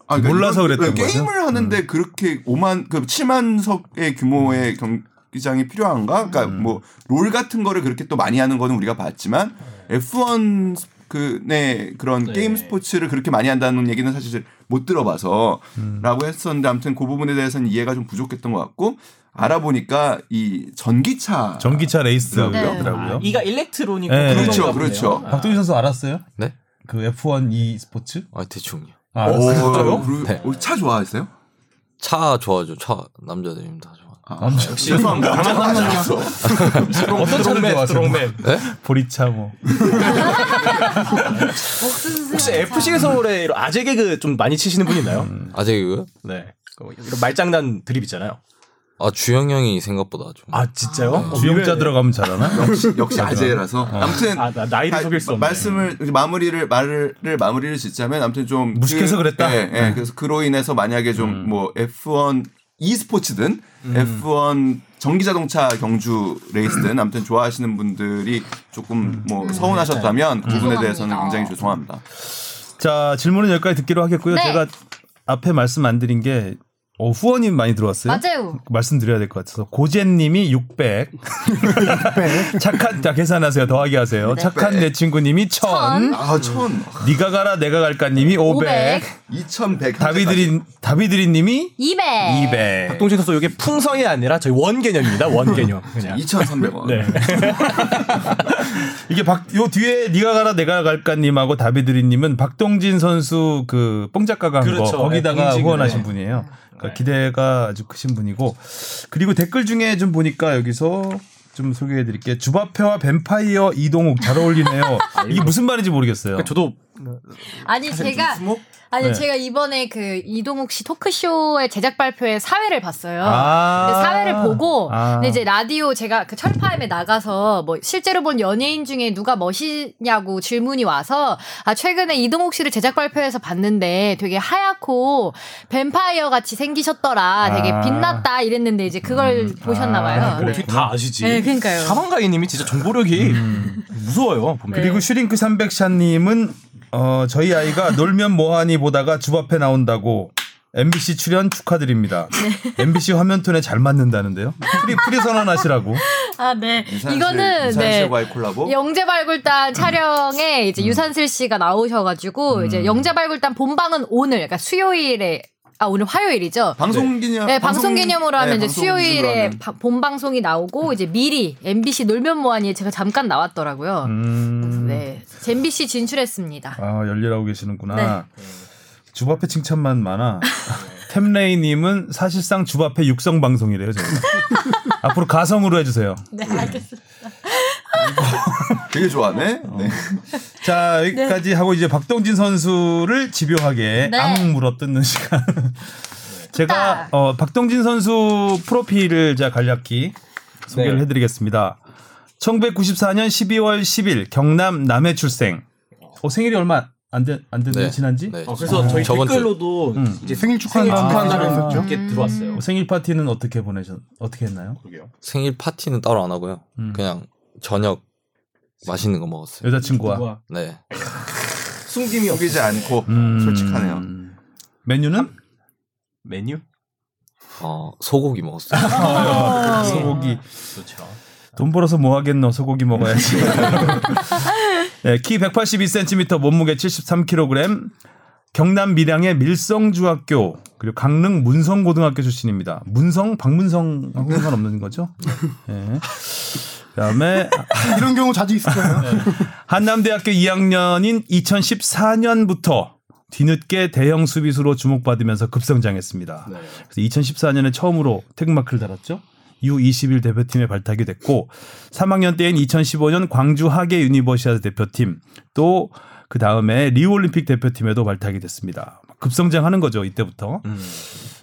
S3: 아,
S2: 몰라서
S3: 이런-
S2: 그랬던 거죠?
S3: 게임을 하는데 그렇게 5만 그 7만석의 규모의 경기장이 필요한가? 그러니까 뭐 롤 같은 거를 그렇게 또 많이 하는 거는 우리가 봤지만 F1 네. 그네 그런
S4: 네.
S3: 게임 스포츠를 그렇게 많이 한다는 얘기는 사실 못 들어봐서라고 했었는데 아무튼 그 부분에 대해서는 이해가 좀 부족했던 것 같고 알아보니까 이 전기차
S2: 전기차 레이스라고
S5: 네.
S2: 하더라고요.
S4: 아, 이가 일렉트로닉
S2: 네.
S4: 그런
S3: 그렇죠,
S4: 건가 보네요.
S3: 그렇죠.
S4: 아.
S2: 박동희 선수 알았어요?
S7: 네?
S2: 그 F1 e 스포츠?
S7: 아 대충요.
S2: 아,
S3: 오,
S2: 알았어요.
S3: 그리고
S7: 네.
S3: 우리 차 좋아하세요?
S7: 차 좋아하죠. 차 남자들이면 다 좋아.
S3: [LAUGHS] 아, 죄송합니다. 장난 아니었어.
S4: 어떤 차를
S2: 드롱맨,
S4: 좋아하세요?
S2: 드롱맨.
S7: 네?
S2: 보리차 뭐.
S4: 혹시 FC 서울에 이런 아재 개그 좀 많이 치시는 분 있나요?
S2: 음.
S7: 아재 개그?
S4: 네. 그 이런 말장난 드립 있잖아요.
S7: 아 주영 형이 생각보다 좀.
S4: 아 진짜요? 어,
S2: 주용자
S4: 의외네.
S2: 들어가면 잘하나?
S3: 역시, 역시 아재라서. 아무튼
S4: 아, 나, 나이를
S3: 다-
S4: 속일 수 없네.
S3: 말씀을 이제 마무리를 말을 마무리를 짓자면 아무튼 좀
S2: 무식해서
S3: 그,
S2: 그랬다? 음.
S3: 예, 예. 그래서 그로 인해서 만약에 좀 뭐 F1 e스포츠든
S2: 음.
S3: F1 전기자동차 경주 레이스든 아무튼 좋아하시는 분들이
S2: 음.
S3: 조금 뭐 서운하셨다면 그 부분에 대해서는
S5: 음. 죄송합니다.
S3: 굉장히 죄송합니다.
S2: 자 질문은 여기까지 듣기로 하겠고요.
S5: 네.
S2: 제가 앞에 말씀 안 드린 게 어, 후원이 많이 들어왔어요.
S5: 맞아요.
S2: 말씀드려야 될 것 같아서 고젠님이 600, [LAUGHS] 착한 자 계산하세요 더하기 하세요. 착한 내 친구님이 1000,
S3: 아, 천
S2: 네가 가라 내가 갈까님이 500,
S5: 500,
S3: 이천백
S2: 다비드리 다비드리님이
S5: 200.
S2: 200.
S4: 박동진 선수 이게 풍성이 아니라 저희 원 개념입니다. 원 개념. 그냥.
S3: 이천삼백 원.
S4: [LAUGHS] 네.
S2: 이게 박 요 뒤에 네가 가라 내가 갈까님하고 다비드리님은 박동진 선수 그 뽕작가가 한 거
S4: 그렇죠. 네,
S2: 거기다가
S4: 공직을,
S2: 후원하신
S4: 네.
S2: 분이에요. 그러니까
S4: 네.
S2: 기대가 아주 크신 분이고 그리고 댓글 중에 좀 보니까 여기서 좀 소개해드릴게요. 주바페와 뱀파이어 이동욱 잘
S4: [LAUGHS]
S2: 어울리네요. 이게 무슨 말인지 모르겠어요.
S4: 아, 그러니까 저도
S5: 아니 제가 아니
S2: 네.
S5: 제가 이번에 그 이동욱 씨 토크쇼의 제작 발표에 사회를 봤어요.
S2: 아.
S5: 근데 사회를 보고
S2: 아.
S5: 근데 이제 라디오 제가 그 철파엠에 나가서 뭐 실제로 본 연예인 중에 누가 멋있냐고 질문이 와서 아 최근에 이동욱 씨를 제작 발표에서 봤는데 되게 하얗고 뱀파이어 같이 생기셨더라. 되게
S2: 아.
S5: 빛났다 이랬는데 이제 그걸 보셨나 봐요.
S2: 아,
S5: 네.
S4: 어떻게 다 아시지?
S5: 네, 그러니까요.
S4: 사방가이님이 진짜 정보력이 무서워요. 보면.
S2: 그리고 슈링크 300샷님은 어, 저희 아이가 놀면 뭐하니 보다가 주 앞에 나온다고 MBC 출연 축하드립니다. MBC 화면톤에 잘 맞는다는데요. 프리, 프리 선언하시라고.
S5: 아, 네.
S3: 유산슬,
S5: 이거는 네.
S3: 유산슬과의 음. 콜라보.
S5: 영재발굴단 촬영에 이제 유산슬 씨가
S3: 음.
S5: 나오셔가지고 이제 영재발굴단 본방은 오늘, 그러니까 수요일에 아 오늘 화요일이죠.
S3: 방송 기념.
S5: 네, 방송 개념으로 하면
S3: 네,
S5: 이제
S3: 방송 기준으로
S5: 수요일에
S3: 하면.
S5: 바- 본 방송이 나오고 이제 미리 MBC 놀면 뭐하니에 제가 잠깐 나왔더라고요.
S2: 음.
S5: 네, MBC 진출했습니다.
S2: 아 열일하고 계시는구나. 주바페 칭찬만 많아. 템레이님은 사실상 주바페 육성 방송이래요. 저희가. 앞으로 가성으로 해주세요.
S5: 네, 알겠습니다.
S3: 되게 좋아하네.
S2: 어.
S3: 네.
S2: 자 여기까지 하고 이제 박동진 선수를 집요하게
S5: 네.
S2: 앙 물어뜯는 시간. 제가 어, 박동진 선수 프로필을 자 간략히 소개를
S4: 네.
S2: 해드리겠습니다. 1994년 12월 10일 경남 남해 출생. 어, 생일이 얼마 안, 되, 안 됐네요
S7: 네.
S2: 지난지?
S7: 네.
S4: 어, 그래서 저희
S7: 저번 주.
S4: 댓글로도
S2: 음.
S4: 이제
S6: 생일 축하한다는 아, 댓글이
S4: 축하한다는 음.
S6: 있었죠.
S4: 게 들어왔어요.
S2: 어, 생일 파티는 어떻게 보내셨? 어떻게 했나요?
S7: 생일 파티는 따로 안 하고요.
S2: 음.
S7: 그냥 저녁 맛있는 거 먹었어요.
S4: 뭐,
S2: 여자친구와.
S7: 네.
S4: 숨김이 없
S3: 속이지 않고
S2: 음.
S3: 솔직하네요.
S2: 메뉴는
S4: 메뉴?
S7: 어, 소고기
S2: [LAUGHS]
S7: 먹었어요.
S2: 아, 소고기.
S4: 그렇죠.
S2: 돈 벌어서 뭐 하겠노? 소고기
S4: [LAUGHS]
S2: 먹어야지. 네, 키 182cm, 몸무게 73kg. 경남 밀양의 밀성중학교 그리고 강릉 문성고등학교 출신입니다. 문성 박문성하고 상관없는 거죠? 네. 그다음에
S6: 이런 경우 자주 있어요.
S2: 한남대학교 2학년인 2014년부터 뒤늦게 대형 수비수로 주목받으면서 급성장했습니다. 그래서 2014년에 처음으로 태극마크를 달았죠. U21 대표팀에 발탁이 됐고 3학년 때인 2015년 광주 하계 유니버시아드 대표팀 또 그 다음에 리우올림픽 대표팀에도 발탁이 됐습니다. 급성장하는 거죠 이때부터.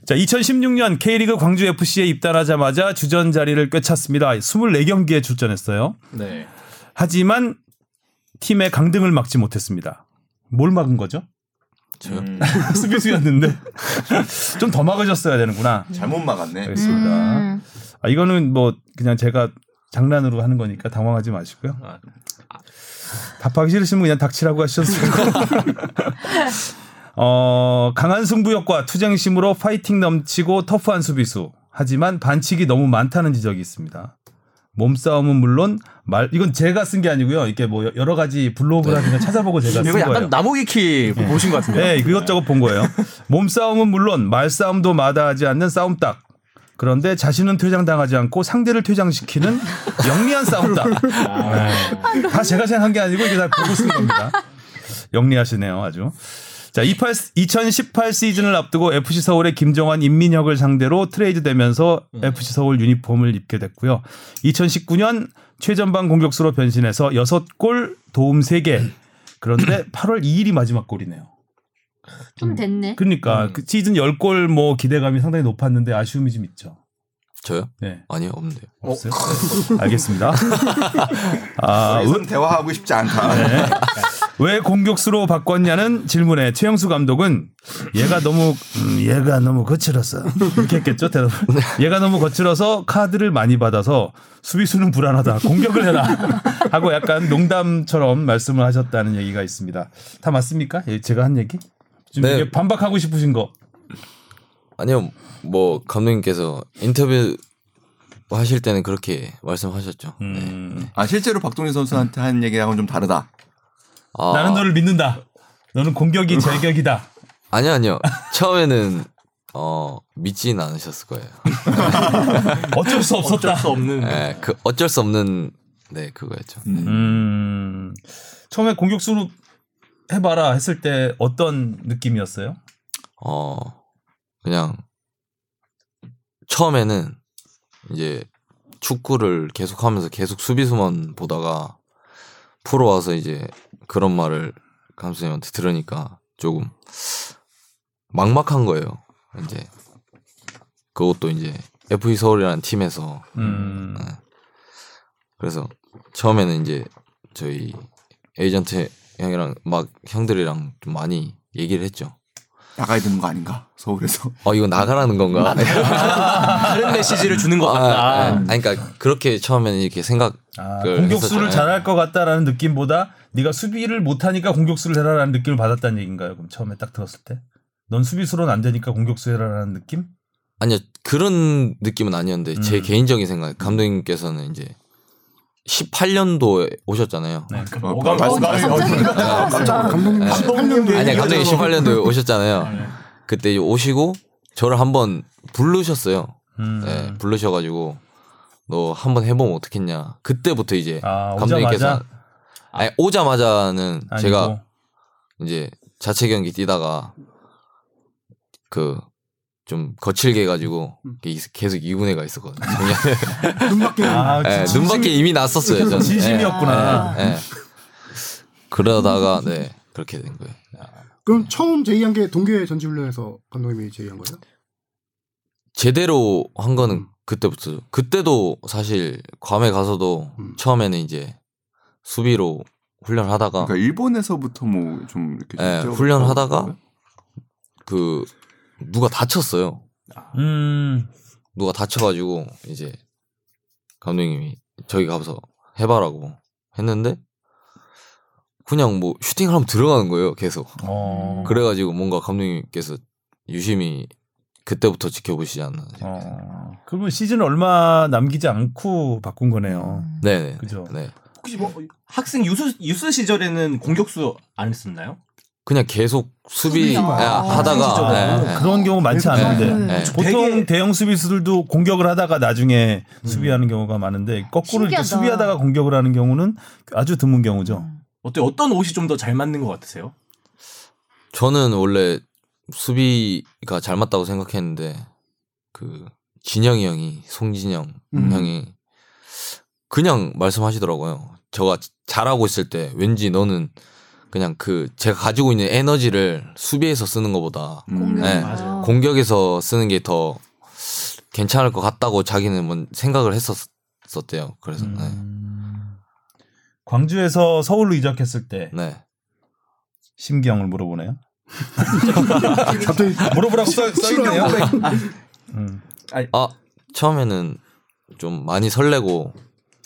S2: 자 2016년 K리그 광주 FC에 입단하자마자 주전 자리를 꿰찼습니다. 24경기에 출전했어요.
S4: 네.
S2: 하지만 팀의 강등을 막지 못했습니다. 뭘 막은 거죠? [LAUGHS]
S7: 저요?
S2: 수비수였는데 좀 더 막으셨어야 되는구나.
S3: 잘못 막았네.
S1: 음.
S2: 알겠습니다.
S5: 음,
S2: 아, 이거는 뭐 그냥 제가 장난으로 하는 거니까 당황하지 마시고요.
S4: 아.
S2: 답하기 싫으시면 그냥 닥치라고 [LAUGHS] 하셨어요. 어, 강한 승부욕과 투쟁심으로 파이팅 넘치고 터프한 수비수. 하지만 반칙이 너무 많다는 지적이 있습니다. 몸싸움은 물론 말 이건 제가 쓴 게 아니고요. 이게 뭐 여러 가지 블로그나 그냥 찾아보고 제가 쓴
S4: 네. 이거 약간
S2: 거예요.
S4: 나무위키 보신 것 같은데요.
S2: 네, 이것저것 본 거예요. 몸싸움은 물론 말싸움도 마다하지 않는 싸움닭. 그런데 자신은 퇴장당하지 않고 상대를 퇴장시키는 영리한 싸움닭. 네. 다 제가 생각한 게 아니고 이게 다 보고 쓴 겁니다. 영리하시네요, 아주. 자, 28, 2018 시즌을 앞두고 FC 서울의 김정환 임민혁을 상대로 트레이드되면서 FC 서울 유니폼을 입게 됐고요. 2019년 최전방 공격수로 변신해서 6골 도움 3개. 그런데 8월 2일이 마지막 골이네요.
S3: 음.
S5: 좀 됐네.
S2: 그러니까 그 시즌 10골 뭐 기대감이 상당히 높았는데 아쉬움이 좀 있죠.
S7: 저요?
S2: 네.
S7: 아니요, 없는데요.
S2: 없어요? 네. 알겠습니다. 아,
S3: 더 이상 대화하고 싶지 않다.
S2: 왜 공격수로 바꿨냐는 질문에 최영수 감독은 얘가 너무 음, 얘가 너무 거칠었어 이렇게 했겠죠 대답을 얘가 너무 거칠어서 카드를 많이 받아서 수비수는 불안하다 공격을 해라 하고 약간 농담처럼 말씀을 하셨다는 얘기가 있습니다 다 맞습니까 예, 제가 한 얘기 좀
S7: 네.
S2: 이게 반박하고 싶으신 거
S7: 아니요, 뭐 감독님께서 인터뷰 하실 때는 그렇게 말씀하셨죠. 네.
S2: 음,
S3: 아 실제로 박동희 선수한테 한 얘기랑은 좀 다르다.
S7: 아,
S2: 나는 너를 믿는다 너는 공격이 제격이다
S7: 아니요, 아니요. 처음에는 어 믿진 않으셨을 거예요.
S2: 어쩔 수 없었다
S4: 어쩔 수 없는.
S7: 네, 그 어쩔 수 없는 네 그거였죠.
S2: 음, 처음에 공격수로 해봐라 했을 때 어떤 느낌이었어요?
S7: 어 그냥 처음에는 이제 축구를 계속하면서 계속 수비수만 보다가 프로 와서 이제 그런 말을 감수님한테 들으니까 조금 막막한 거예요. 이제 그것도 이제 FC 서울이라는 팀에서
S2: 음,
S7: 그래서 처음에는 이제 저희 에이전트 형이랑 막 형들이랑 좀 많이 얘기를 했죠.
S3: 나가야 되는 거 아닌가 서울에서.
S7: 어 이거 나가라는
S4: [LAUGHS]
S7: 건가?
S4: 다른 메시지를 주는 것
S7: 아, 아,
S4: 같다.
S7: 아니, 그러니까 그렇게 처음에는 이렇게 생각
S2: 아,
S7: 그
S2: 공격수를
S7: 했었잖아요.
S2: 잘할 것 같다라는 느낌보다 네가 수비를 못하니까 공격수를 해라라는 느낌을 받았다는 얘기인가요? 그럼 처음에 딱 들었을 때, 넌 수비수로는 안 되니까 공격수 해라라는 느낌?
S7: 아니요 그런 느낌은 아니었는데 제
S2: 음.
S7: 개인적인 생각 감독님께서는 이제 18년도에 오셨잖아요.
S2: 네.
S3: 어, 말씀- 말씀-
S6: 감독님
S7: 네.
S4: [LAUGHS]
S6: 18년도에
S7: 아니 감독님 18년도에 오셨잖아요.
S4: 네.
S7: 그때 이제 오시고 저를 한번 부르셨어요.
S2: 음.
S7: 네, 부르셔가지고 너 한번 해보면 어떻겠냐. 그때부터 이제
S2: 아,
S7: 감독님께서
S2: 오자마자?
S7: 아니 오자마자는
S2: 아니고.
S7: 제가 이제 자체 경기 뛰다가 그 좀 거칠게 해가지고
S2: 음.
S7: 계속 이군에가 있었거든요. [LAUGHS] 작년에.
S6: 눈밖에
S2: 아, [LAUGHS]
S7: 네,
S2: 진-
S7: 눈밖에 이미 났었어요. 저는. 네.
S2: 진심이었구나.
S7: 예. 그러다가 네 그렇게 된 거예요.
S6: 그럼 처음 제의한 게 동계 전지훈련에서 감독님이 제의한 거예요?
S7: 제대로 한
S3: 음.
S7: 거는 그때부터 그때도 사실 괌에 가서도
S6: 음.
S7: 처음에는 이제 수비로 훈련하다가
S3: 그러니까 일본에서부터 뭐 좀 이렇게
S7: 예,
S3: 실제로
S7: 훈련하다가 그 누가 다쳤어요.
S3: 아.
S2: 음.
S7: 누가 다쳐가지고 이제 감독님이 저기 가서 해봐라고 했는데 그냥 뭐 슈팅을 하면 들어가는 거예요 계속.
S3: 아.
S2: 어.
S7: 그래가지고 뭔가 감독님께서 유심히 그때부터 지켜보시지 않나.
S2: 어. 그러면 시즌 얼마 남기지 않고 바꾼 거네요.
S7: 네네.
S2: 그죠.
S7: 네.
S4: 혹시 뭐 학생 유스 유스 시절에는 공격수 안 했었나요?
S7: 그냥 계속 수비
S5: 수비요?
S7: 예,
S5: 아,
S7: 하다가
S4: 수비적으로.
S7: 예, 예.
S2: 그런 경우 많지
S6: 네.
S2: 않은데.
S7: 예.
S2: 보통
S4: 되게-
S2: 대형 수비수들도 공격을 하다가 나중에 수비하는 경우가 많은데 거꾸로 이렇게
S5: 신기하다. 음.
S2: 수비하다가 공격을 하는 경우는 아주 드문 경우죠.
S4: 어때 어떤 옷이 좀 더 잘 맞는 것 같으세요?
S7: 저는 원래 수비가 잘 맞다고 생각했는데 그 진영이 형이 송진영
S6: 음.
S7: 형이 그냥 말씀하시더라고요. 저가 잘하고 있을 때 왠지 너는 그냥 그 제가 가지고 있는 에너지를 수비에서 쓰는 것보다
S3: 음,
S7: 네.
S4: 맞아요.
S7: 공격에서 쓰는 게 더 괜찮을 것 같다고 자기는 뭔 생각을 했었었대요. 그래서 네.
S2: 음. 광주에서 서울로 이적했을 때
S7: 네.
S2: 심기영을 물어보네요.
S6: 갑자기
S2: 물어보라고 써, 써있네요. 음.
S7: 아 처음에는 좀 많이 설레고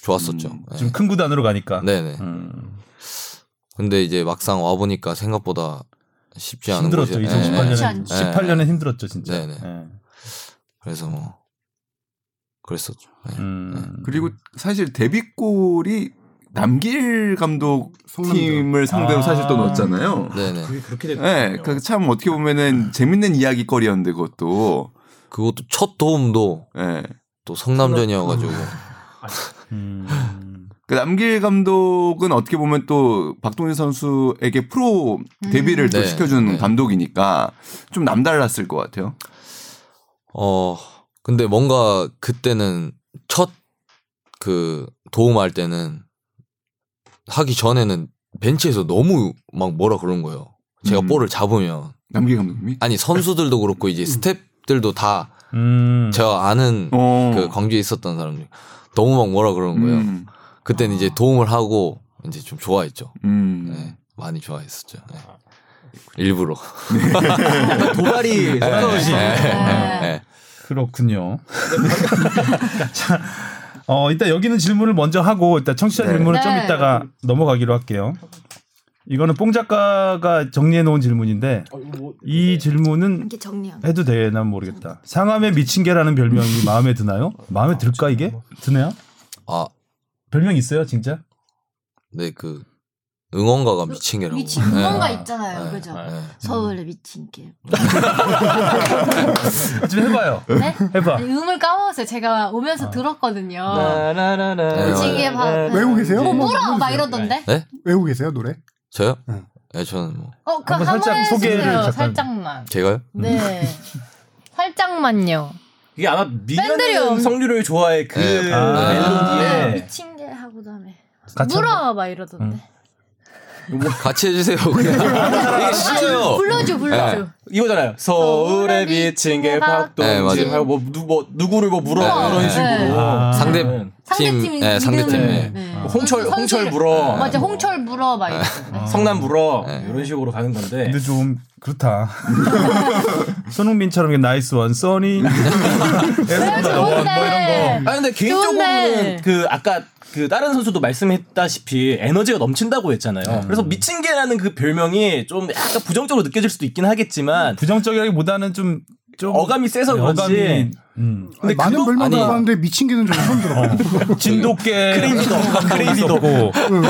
S7: 좋았었죠.
S3: 음,
S7: 네.
S2: 지금 큰 구단으로 가니까.
S7: 네네.
S2: 음.
S7: 근데 이제 막상 와 보니까 생각보다 쉽지 않은
S2: 힘들었죠.
S7: 곳이- 예, 예.
S2: 2018년에
S5: 않죠.
S2: 18년에 힘들었죠 진짜.
S7: 네네.
S2: 예.
S7: 그래서 뭐 그랬었죠. 예.
S2: 음.
S3: 그리고 사실 데뷔골이 남길 감독
S6: 성남죠.
S3: 팀을 상대로
S2: 아.
S3: 사실 또 넣었잖아요.
S7: 네네.
S4: 그게 그렇게 됐군요.
S3: 네, 그 참 어떻게 보면은 재밌는 이야기거리였는데 그것도.
S7: 그것도 첫 도움도
S3: 예.
S7: 또 성남전이어가지고
S2: 음.
S3: 그 남길 감독은 어떻게 보면 또 박동진 선수에게 프로 데뷔를 또
S2: 음.
S7: 네,
S3: 시켜준
S7: 네.
S3: 감독이니까 좀 남달랐을 것 같아요.
S7: 어 근데 뭔가 그때는 첫 그 도움할 때는 하기 전에는 벤치에서 너무 막 뭐라 그런 거예요. 제가
S3: 음.
S7: 볼을 잡으면
S3: 남길 감독님이.
S7: 아니 선수들도 그렇고 이제 스탭들도 다 저
S2: 음.
S7: 아는
S3: 어.
S7: 그 광주에 있었던 사람들 너무 막 뭐라 그러는 거예요.
S3: 음.
S7: 그때는 이제 도움을 하고 이제 좀 좋아했죠.
S3: 음.
S7: 네, 많이 좋아했었죠. 네. 일부러.
S4: 약간 도발이
S7: 네, [LAUGHS] 네, 네.
S2: 그렇군요. [LAUGHS] 자, 어, 일단 여기는 질문을 먼저 하고 일단 청취자
S3: 네.
S2: 질문은 좀
S5: 네.
S2: 이따가 넘어가기로 할게요. 이거는 뽕 작가가 정리해 놓은 질문인데 이 질문은
S5: 이렇게 정리한
S2: 해도 되나 모르겠다. 상암의 미친 개라는 별명이 마음에 드나요? 마음에 들까 이게? 드네요?
S7: 아,
S2: 별명 있어요, 진짜?
S7: 네, 그 응원가가 미친 게라고.
S5: 그 미친 응원가
S2: 네.
S5: 있잖아요,
S7: 네,
S5: 그죠?
S7: 네.
S5: 서울의 미친 길.
S2: 좀 해봐요.
S5: 네?
S2: 해봐.
S5: 아니, 음을 까먹었어요. 제가 오면서 들었거든요.
S4: 네. 나나나나.
S7: 미치게
S5: 봐.
S6: 외우고
S7: 네.
S6: 계세요?
S5: 뭐
S6: 한번
S5: 뿌라 막
S6: 불러주세요.
S5: 이러던데.
S6: 외우고 계세요 노래?
S7: 저요?
S6: 응.
S7: 네, 저는 뭐
S5: 어, 그
S2: 한번
S5: 한번
S2: 살짝 소개를
S5: 해주세요.
S2: 잠깐.
S5: 살짝만.
S7: 제가요?
S5: 네. 살짝만요.
S4: 이게 아마
S5: 팬들이요.
S4: 미녀는 성류를 좋아해 그
S7: 네.
S2: 아.
S4: 멜로디에
S2: 네.
S5: 미친 게 하고 다음에
S3: 아,
S2: 같이
S5: 물어 막 이러던데.
S7: [LAUGHS] 같이 해주세요. 그냥. 이게
S3: 음.
S7: 싫어요.
S5: 불러줘
S3: 네.
S5: 불러줘.
S4: 이거잖아요. 서울에 비친 게
S7: 네, 맞아요.
S4: 박동진 하고 뭐, 누, 뭐 누구를 뭐 물어
S5: 네.
S4: 이런 식으로
S2: 아.
S7: 상대
S4: 네.
S7: 팀,
S5: 상대팀
S7: 네, 상대팀.
S5: 이름을.
S7: 네.
S5: 네.
S4: 홍철
S5: 선수
S4: 홍철
S5: 이름.
S4: 물어.
S5: 맞아
S4: 뭐
S5: 홍철 물어 막 이러던데.
S4: 성남 물어
S7: 네.
S4: 이런 식으로 가는 건데.
S2: 근데 좀 그렇다. [LAUGHS] 손흥민처럼 나이스 원,
S5: [LAUGHS]
S2: 써니. 에스보다 넘어 뭐 이런 거.
S4: 아 근데 개인적으로는
S5: 좋은데.
S4: 그 아까 그 다른 선수도 말씀했다시피 에너지가 넘친다고 했잖아요.
S2: 음.
S4: 그래서 미친 개라는 그 별명이 좀 약간 부정적으로 느껴질 수도 있긴 하겠지만
S2: 음. 부정적이라기보다는 좀 좀 네,
S4: 어감이 세서 그렇지.
S2: 어감이 음.
S6: 근데 많은 별명
S7: 아니.
S6: 들어봤는데 미친 개는 좀 처음 들어.
S2: 진돗개
S4: 크레이지도 없고, 크레이지도
S2: 없고 음.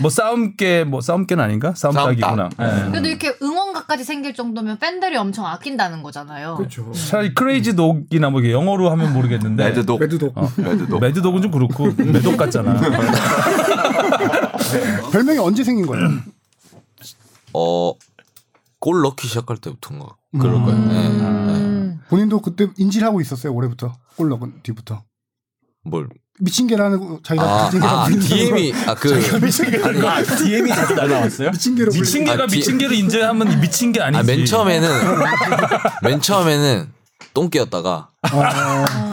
S2: 뭐 싸움개 뭐 싸움개는 아닌가 싸움닭이구나 예.
S5: 그래도 이렇게 응원가까지 생길 정도면 팬들이 엄청 아낀다는 거잖아요.
S6: 그렇죠.
S2: 차라리 크레이지 독이나 뭐 이게 영어로 하면 모르겠는데
S3: 매드독.
S6: 매드독.
S3: 매드독.
S2: 매드독은 좀 그렇고 매독 같잖아
S7: 음.
S6: 별명이 언제 생긴 거예요?
S7: 어, 골 넣기 시작할 때부터인 것 같- 그럴 거예요. 네, 네.
S5: 음.
S6: 음. 본인도 그때 인지를 하고 있었어요. 올해부터 꼴럭은 뒤부터
S7: 뭘?
S6: 미친 개라는 거- 자기가
S7: 아,
S6: 미친 개라고 [LAUGHS]
S7: 아
S6: 불린다는
S7: DM이 아그
S4: DM이 그 자주 날라왔어요?
S6: 걸- 미친 개로
S2: 미친 개가
S7: 아, 디-
S2: 미친 개를 인정하면 미친 게 아니지
S7: 아, 맨 처음에는 맨 처음에는 똥개였다가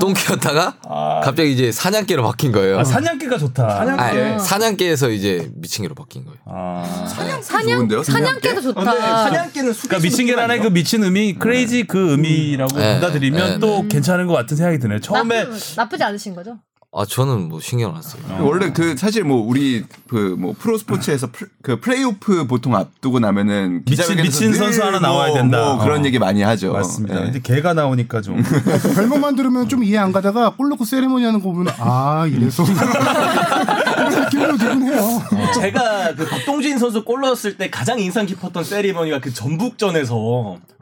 S7: 똥개였다가 갑자기 이제 사냥개로 바뀐 거예요.
S2: 아, 사냥개가 좋다
S7: 아니, 사냥개에서 이제 미친개로 바뀐 거예요.
S2: 아.
S3: 좋은데요?
S5: 사냥 사냥개도 좋다.
S4: 사냥개는
S2: 그러니까 미친 개란의 그 미친 의미, 크레이지 그 의미라고
S7: 네,
S2: 받아들이면
S7: 네,
S2: 또 괜찮은 것 같은 생각이 드네요. 처음에
S1: 아,
S5: 나쁘, 나쁘지 않으신 거죠?
S7: 아 저는 뭐 신경 안 써요.
S3: 원래 그 사실 뭐 우리 그 뭐 프로 스포츠에서 플- 그 플레이오프 보통 앞두고 나면은
S2: 미친-
S3: 기자회견에서
S2: 미친
S3: 늘
S2: 선수 하나 나와야
S3: 뭐-
S2: 된다.
S3: 뭐 그런
S2: 어.
S3: 얘기 많이 하죠.
S2: 맞습니다.
S3: 예.
S2: 근데 개가 나오니까 좀 [LAUGHS]
S6: 별명만 들으면 좀 이해 안 가다가 꼴놓고 세레모니 하는 거 보면 아
S7: [LAUGHS]
S6: 이래서 이런 느낌으로 되긴 해요.
S7: 아,
S4: 제가 그 박동진 선수 골 넣었을 때 가장 인상 깊었던 세리머니가 그 전북전에서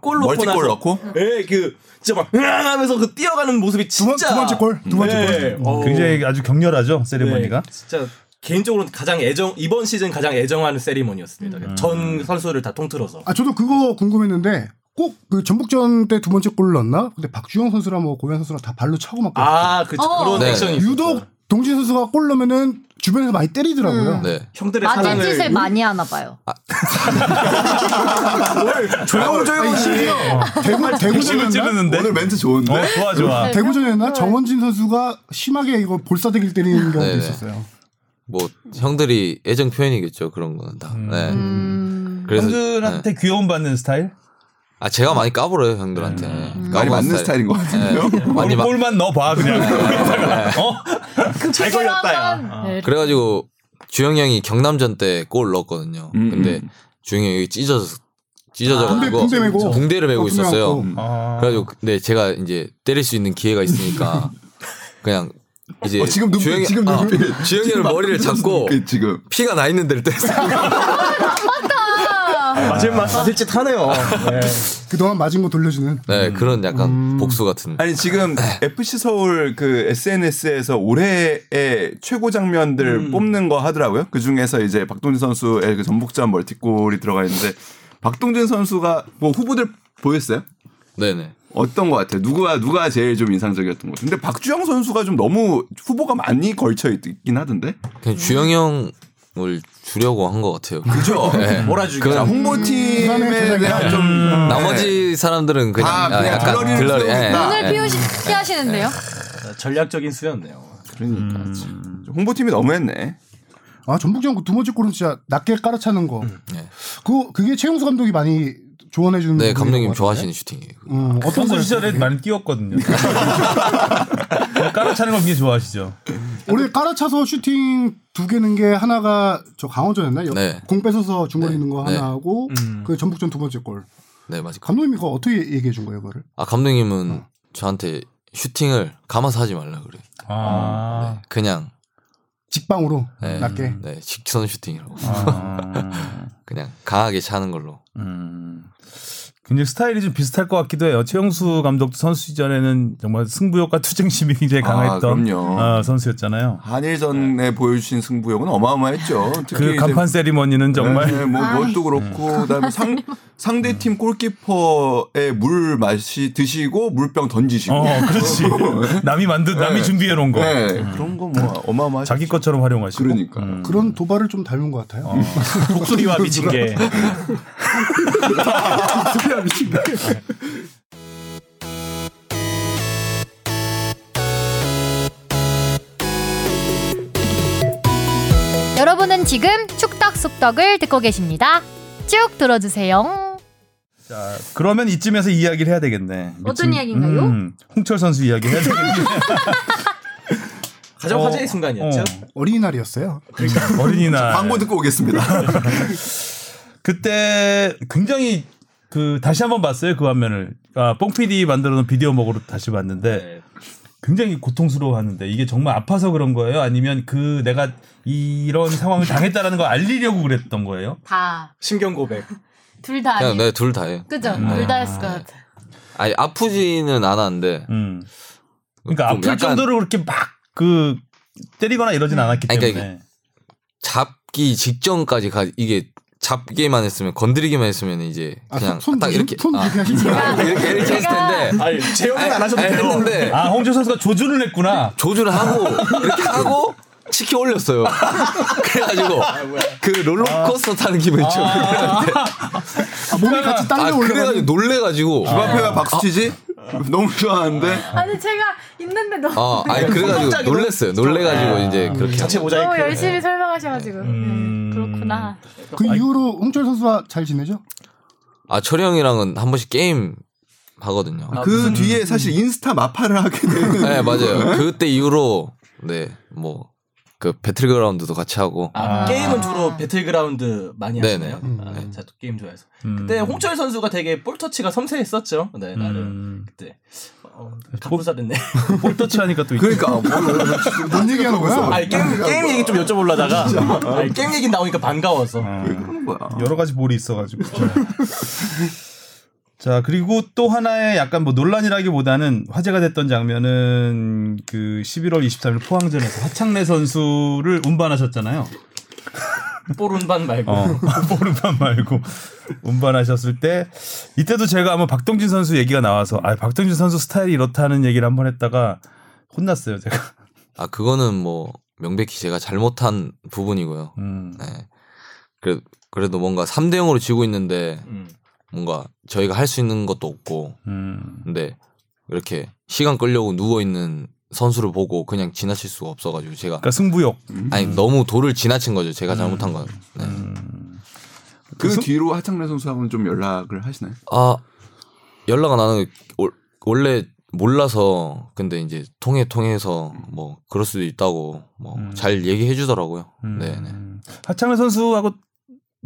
S4: 골 넣고
S3: 멀티골
S4: 나서
S3: 넣고?
S4: 예, 그 진짜 막 으앙 하면서 그 뛰어가는 모습이
S6: 번-
S4: 진짜
S6: 두 번째 골, 음, 두 번째
S4: 예, 어우,
S2: 굉장히 아주 격렬하죠 세레머니가.
S4: 네, 진짜 개인적으로 가장 애정 이번 시즌 가장 애정하는 세리머니였습니다.
S6: 음.
S4: 전 선수를 다 통틀어서
S6: 아 저도 그거 궁금했는데 꼭 그 전북전 때 두 번째 골 넣었나? 근데 박주영 선수랑 뭐 고현 선수랑 다 발로 차고 막
S4: 아, 그
S5: 어.
S4: 그런
S7: 네.
S4: 액션이 있었죠.
S6: 유독 동진 선수가 골 넣으면은 주변에서 많이 때리더라고요.
S7: 네.
S4: 형들의
S5: 맞은
S4: 사랑을 음.
S5: 짓을 많이 하나 봐요.
S2: 예.
S6: 아니, 심지어 대구
S2: 핵심을
S6: 대구전이었나?
S2: 찌르는데.
S3: 오늘 멘트 좋은데.
S2: 어, 좋아 좋아.
S6: 대구전이었나? 정원진 선수가 심하게 이거 볼사대기를 때리는 경우도
S7: 네네.
S6: 있었어요.
S7: 뭐 형들이 애정 표현이겠죠 그런 거는 다. 네. 그래서
S2: 음.
S7: 네.
S2: 형들한테 귀여움 받는 스타일?
S7: 아 제가 많이 까불어요 형들한테.
S2: 음.
S3: 많이
S2: 어,
S3: 맞는 스타일인 것 같은데요.
S7: 네. 많이 막
S2: 골, 만 넣어봐
S3: 네.
S2: 그냥. 어?
S4: 잘 걸렸다. 야.
S7: 그래가지고 주영 형이 경남전 때 골 넣었거든요.
S3: 음,
S7: 근데
S3: 음.
S7: 주영 형이 찢어져 찢어져가지고
S3: 아,
S6: 붕대- 붕대 메고.
S7: 를 메고
S6: 어, 붕대
S7: 있었어요.
S3: 음.
S6: 메고.
S2: 아.
S7: 그래가지고 근데 제가 이제 때릴 수 있는 기회가 있으니까
S3: [LAUGHS]
S7: 그냥 이제
S3: 어, 지금 눈빛,
S7: [LAUGHS] 주영이-
S3: 지금
S7: 아,
S3: 눈빛.
S7: 주영이 형 머리를
S2: 네.
S3: [LAUGHS]
S7: 잡고
S3: 그 지금
S7: 피가 나 있는
S3: [LAUGHS]
S7: 데를 때렸어요.
S4: 맞을 맛 아, 맞을 짓 하네요. 네.
S6: 그동안 맞은 거 돌려주는.
S7: 네 그런 약간 복수 같은.
S3: 음. 아니 지금 FC 서울 그 SNS에서 올해의 최고 장면들 뽑는 거 하더라고요. 그 중에서 이제 박동진 선수의 그 전북전 멀티골이 들어가 있는데 박동진 선수가 뭐 후보들 보였어요?
S7: 네네.
S3: 어떤 것 같아요? 누가 누가 제일 좀 인상적이었던 것 같아요? 근데 박주영 선수가 좀 너무 후보가 많이 걸쳐 있긴 하던데.
S7: 그냥 주영이 형을 주려고 한 것 같아요.
S3: 그죠?
S4: 몰아주기.
S3: 자, 홍보팀에 대한 음. 좀
S7: [LAUGHS] 나머지 사람들은 그냥,
S3: 아,
S7: 아,
S3: 그냥
S7: 약간
S3: 글러리를
S7: 글러리.
S3: 쓰고 있다.
S5: 오늘
S7: 예.
S5: 피우시 피하시는데요?
S4: 전략적인 수였네요.
S3: 그러니까 참. 홍보팀이 너무했네.
S6: 아 전북전 그두 번째 골은 진짜 낮게 깔아차는 거.
S7: 네.
S6: 그 그게 최용수 감독이 많이 조언해 주는.
S7: 네
S6: 부분인
S7: 감독님
S6: 것
S7: 좋아하시는 슈팅이에요.
S6: 같아요. 음, 어떤
S2: 선수
S6: 걸
S2: 시절에 많이 뛰었거든요. [LAUGHS] 깔아차는 걸 굉장히 좋아하시죠.
S6: 올해 깔아차서 슈팅 두 개는 게 하나가 저 강호전이었나? 요
S7: 네.
S6: 공 뺏어서 중거리
S7: 네.
S6: 있는 거
S7: 네.
S6: 하나 하고 그 전북전 두 번째 골.
S7: 네 맞아.
S6: 감독님이 그거 어떻게 얘기해 준 거예요, 그거를?
S7: 아 감독님은 저한테 슈팅을 감아서 하지 말라 그래.
S2: 아.
S7: 네, 그냥
S6: 직방으로
S7: 네,
S6: 낮게.
S7: 네 직선 슈팅이라고.
S3: 네.
S2: 아.
S7: 그냥 강하게 차는 걸로.
S2: 음. 굉장히 스타일이 좀 비슷할 것 같기도 해요. 최영수 감독도 선수 시절에는 정말 승부욕과 투쟁심이 굉장히
S3: 아,
S2: 강했던
S3: 그럼요.
S2: 어, 선수였잖아요.
S3: 한일전에 보여주신 승부욕은 어마어마했죠. 특히
S2: 그
S3: 이제
S2: 간판 세리머니는 정말
S3: 네, 뭐 그것도 그렇고 그다음에 상 상대 팀 골키퍼의 물 마시 드시고 물병 던지시고
S2: 어
S3: [LAUGHS]
S2: 그렇지 남이 만든 남이 준비해 놓은 거
S3: 네 그런 거 뭐 어마어마하죠.
S2: 자기 것처럼 활용하시고
S3: 그러니까
S6: 그런 도발을 좀 닮은 것 같아요.
S4: 어. 독수리와 미친 개.
S5: 여러분은 지금 축덕 속덕을 듣고 계십니다. 쭉 들어주세요.
S2: 자 그러면 이쯤에서 이야기를 해야 되겠네
S5: 어떤 이야기인가요?
S2: 음, 홍철 선수 이야기 해야
S4: [LAUGHS]
S2: 되겠네
S4: 가장
S2: 어,
S4: 화제의 순간이었죠.
S6: 어린이날이었어요.
S2: 어린이날
S3: 광고 듣고 오겠습니다.
S2: 그때 굉장히 그 다시 한번 봤어요 그 화면을. 아, 뽕 PD 만들어놓은 비디오 먹으로 다시 봤는데
S4: 네.
S2: 굉장히 고통스러워하는데 이게 정말 아파서 그런 거예요? 아니면 그 내가 이런 상황을 당했다라는 걸 알리려고 그랬던 거예요?
S5: 다.
S4: 신경 고백.
S5: 둘 다.
S7: 그냥
S5: 아니-
S7: 내 둘 다예요.
S5: 그죠? 둘 다였을 것 같아.
S7: 아니 아프지는 않았는데.
S2: 음. 그러니까
S7: 좀
S2: 아플
S7: 약간
S2: 정도로 그렇게 막 그 때리거나 이러진 않았기
S7: 아니,
S2: 때문에.
S7: 그러니까 잡기 직전까지 가 이게 잡기만 했으면 건드리기만 했으면 이제
S6: 아,
S7: 그냥
S6: 손, 손,
S7: 딱 이렇게
S6: 손
S7: 아,
S6: 이렇게 [LAUGHS] 하시면
S7: 이렇게 이렇게 했을 텐데
S4: 아니 제형은 안 하셔도
S7: 아니,
S4: 돼요.
S7: 했는데
S2: 아 홍조 선수가 조준을 했구나.
S7: 조준을 하고 이렇게 하고 치켜 올렸어요. 그래가지고 그 롤러코스터 타는 기분이죠.
S6: 아, 몸이 같이
S7: 아,
S6: 딸려 올라가는
S7: 그래가지고 놀래가지고
S3: 집 앞에가 박수치지? 너무 좋아하는데
S5: 아니, 제가 있는데 너무,
S7: 아, 아니 그래가지고 놀랬어요. 놀래가지고 이제 그렇게
S4: 자체
S5: 너무
S4: 모자이크.
S5: 열심히 설명하셔가지고. 음, 그렇구나.
S6: 그 이후로 홍철 선수와 잘 지내죠?
S7: 아 철이 형이랑은 한 번씩 게임 하거든요.
S3: 그 뒤에 사실 인스타 마파를 하게
S7: [LAUGHS]
S3: 되는
S7: 네 맞아요. 그때 이후로 네 뭐 그 배틀그라운드도 같이 하고
S4: 아, 게임은 주로 배틀그라운드 많이
S7: 네네.
S4: 하시나요? 아,
S6: 음.
S4: 저도 게임 좋아해서. 그때 홍철 선수가 되게 볼터치가 섬세했었죠.
S2: 음.
S4: 네, 나름
S7: 음.
S4: 그때 어, 갑분사 됐네.
S2: 볼터치 하니까 또
S3: 그러니까 뭐, 뭐, 뭐, 지금
S6: 뭔 얘기하는 거야?
S4: 아니, 게임, 게임 얘기 좀 여쭤보려다가 [LAUGHS] 아니, 게임 얘기 나오니까 반가워서.
S2: 어.
S3: 왜 그러는 거야?
S2: 아, 여러 가지 볼이 있어가지고. 자 그리고 또 하나의 약간 뭐 논란이라기보다는 화제가 됐던 장면은 그 11월 23일 포항전에서 하창래 선수를 운반하셨잖아요.
S4: 뽀룬반
S2: [LAUGHS]
S4: 말고.
S2: 어, 보름판 말고 운반하셨을 때 이때도 제가 한번 박동진 선수 얘기가 나와서 아 박동진 선수 스타일이 이렇다는 얘기를 한번 했다가 혼났어요 제가.
S7: 아 그거는 뭐 명백히 제가 잘못한 부분이고요.
S2: 음.
S7: 네. 그래, 그래도 뭔가 3대 0으로 지고 있는데
S4: 음.
S7: 뭔가 저희가 할 수 있는 것도 없고
S2: 음.
S7: 근데 이렇게 시간 끌려고 누워 있는 선수를 보고 그냥 지나칠 수가 없어가지고 제가
S2: 그러니까 승부욕.
S7: 아니 너무 도를 지나친 거죠. 제가 잘못한 건. 네.
S2: 음.
S3: 그 뒤로 하창래 선수하고는 좀 연락을 하시나요?
S7: 아 연락 안 하는 게 올- 원래 몰라서 근데 이제 통해 통해서 뭐 그럴 수도 있다고 뭐 잘 얘기해 주더라고요.
S2: 음.
S7: 네, 네.
S2: 하창래 선수하고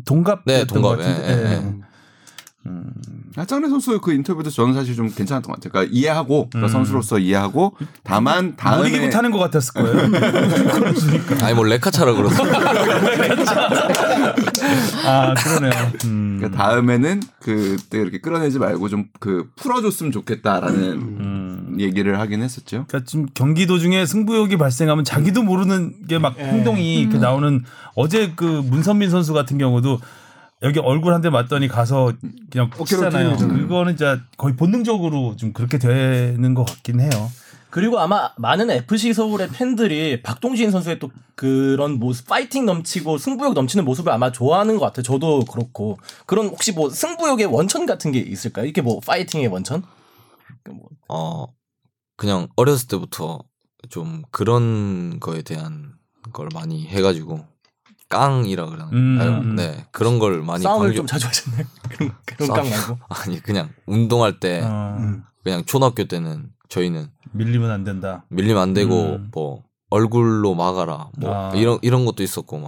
S2: 동갑.
S7: 네, 동갑. 예, 예,
S3: 하창래 선수 그 인터뷰도 저는 사실 좀 괜찮았던 것 같아요. 그러니까 이해하고 그러니까 선수로서 이해하고 다만
S2: 못 이기고
S3: 다음에
S2: 타는 것 같았을 거예요.
S7: [LAUGHS] 아니 뭐 레카차라 그러서
S2: 아 그러네요. 음.
S3: 그러니까 다음에는 그때 이렇게 끌어내지 말고 좀 그 풀어줬으면 좋겠다라는
S2: 음.
S3: 음. 얘기를 하긴 했었죠.
S2: 그러니까 지금 경기 도중에 승부욕이 발생하면 자기도 모르는 게 막 행동이 이렇게 나오는 어제 그 문선민 선수 같은 경우도 여기 얼굴 한 대 맞더니 가서 그냥
S6: 어깨로
S2: 치잖아요.
S6: 때리잖아요.
S2: 그거는 진짜 거의 본능적으로 좀 그렇게 되는 것 같긴 해요.
S4: 그리고 아마 많은 FC 서울의 팬들이 박동진 선수의 또 그런 모습, 파이팅 넘치고 승부욕 넘치는 모습을 아마 좋아하는 것 같아요. 저도 그렇고 그런 혹시 뭐 승부욕의 원천 같은 게 있을까요? 이게 뭐 파이팅의 원천?
S7: [LAUGHS] 어 그냥 어렸을 때부터 좀 그런 거에 대한 걸 많이 해가지고 깡이라 그러나
S2: 음,
S7: 요
S2: 음.
S7: 네 그런 걸 많이
S4: 싸움을
S7: 강조-
S4: 좀 자주 하셨나요? [LAUGHS] 그런 그런 깡
S7: 싸움.
S4: 말고.
S7: [LAUGHS] 아니 그냥 운동할 때
S2: 어,
S7: 그냥 초등학교 때는 저희는
S2: 밀리면 안 된다.
S7: 밀리면 안 되고
S2: 음.
S7: 뭐 얼굴로 막아라 뭐
S2: 아.
S7: 이런 이런 것도 있었고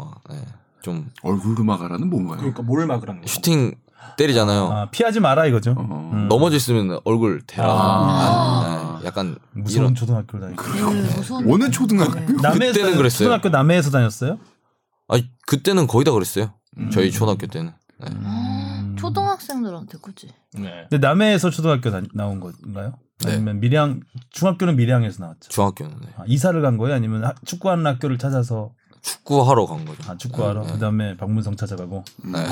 S7: 막좀
S3: 얼굴로 막아라는 뭔가요?
S4: 그러니까 뭘 막으라는 거죠?
S7: 슈팅 때리잖아요
S2: 아, 피하지 마라 이거죠.
S3: 어.
S2: 음.
S7: 넘어져 있으면 얼굴 대라
S3: 아.
S7: 아, 네, 약간
S2: 무서운
S7: 이런
S2: 초등학교를 다니고.
S3: 어느
S2: 네.
S3: 초등학교?
S2: 남해에서
S7: 그때는 그랬어요.
S2: 초등학교 남해에서 다녔어요?
S7: 아니 그때는 거의 다 그랬어요
S2: 음.
S7: 저희 초등학교 때는 네.
S5: 초등학생들한테, 그치?
S4: [LAUGHS] 네.
S2: 근데 남해에서 초등학교 다, 나온 건가요?
S7: 네.
S2: 아니면 밀양 중학교는 밀양에서 나왔죠.
S7: 중학교는 네.
S2: 아, 이사를 간 거예요? 아니면 하- 축구하는 학교를 찾아서
S7: 축구하러 간 거죠.
S2: 아, 음. 축구하러
S7: 네,
S2: 그다음에 박문성 찾아가고
S7: 네.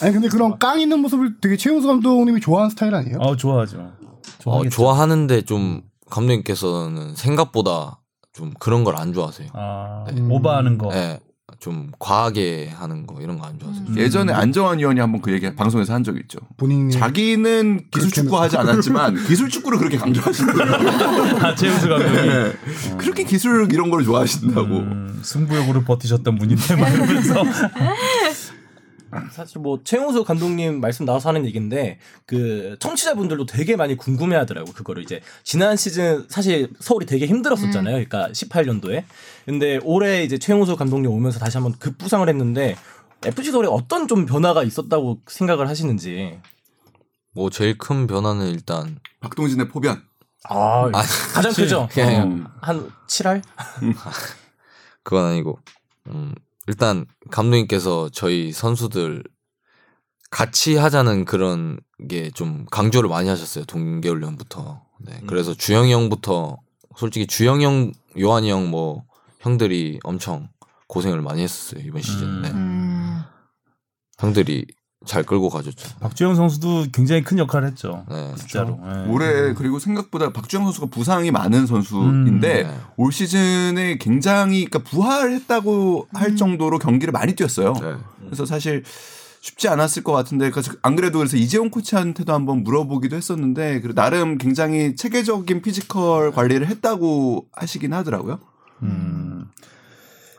S6: 아니 근데 그런 깡 있는 모습을 되게 최우수 감독님이 좋아하는 스타일 아니에요?
S2: 아 좋아하죠.
S7: 어,
S2: [LAUGHS] 좋아하겠죠.
S7: 좋아하는데 좀 감독님께서는 생각보다 좀 그런 걸 안 좋아하세요.
S2: 아
S7: 네.
S2: 오버하는 거.
S7: 네. 좀 과하게 하는 거 이런 거 안 좋아하세요.
S2: 음.
S3: 예전에 안정환 위원이 한번 그 얘기 방송에서 한 적이 있죠.
S4: 네.
S6: 본인이
S3: 자기는 기술 축구 하지
S4: [LAUGHS]
S3: 않았지만 기술 축구를 그렇게 강조하시더라고요.
S2: 아 제임스 감독이
S3: 네. 그렇게 기술 이런 걸 좋아하신다고.
S2: 음, 승부욕으로 버티셨던 분인데 말면서
S4: 사실 뭐 최용수 감독님 말씀 나와서 하는 얘기인데 그 청취자분들도 되게 많이 궁금해하더라고 그거를 이제 지난 시즌 사실 서울이 되게 힘들었었잖아요. 그러니까 18년도에 근데 올해 이제 최용수 감독님 오면서 다시 한번 급부상을 했는데 FC 서울에 어떤 좀 변화가 있었다고 생각을 하시는지.
S7: 뭐 제일 큰 변화는 일단
S3: 박동진의 포변.
S4: 아,
S7: 아,
S4: 가장
S2: 그치.
S4: 크죠.
S7: [LAUGHS]
S4: 어,
S7: 그게 아니라
S3: 음.
S4: 한 7할?
S7: 그건 아니고 음, 일단 감독님께서 저희 선수들 같이 하자는 그런 게 좀 강조를 많이 하셨어요 동계훈련부터
S2: 음.
S7: 네, 그래서 주영이 형부터 솔직히 주영이 형 요한이 형 뭐 형들이 엄청 고생을 많이 했었어요 이번 시즌 네.
S5: 음.
S7: 형들이 잘 끌고 가줬죠
S2: 박주영 선수도 굉장히 큰 역할을 했죠.
S7: 네.
S2: 진짜로. 예.
S3: 올해 그리고 생각보다 박주영 선수가 부상이 많은 선수인데
S2: 음.
S7: 네.
S3: 올 시즌에 굉장히 그러니까 부활했다고
S4: 음.
S3: 할 정도로 경기를 많이 뛰었어요.
S7: 네.
S3: 그래서 사실 쉽지 않았을 것 같은데 그래서 안 그래도 그래서 이재용 코치한테도 한번 물어보기도 했었는데 그리고 나름 굉장히 체계적인 피지컬 관리를 했다고 하시긴 하더라고요.
S2: 음.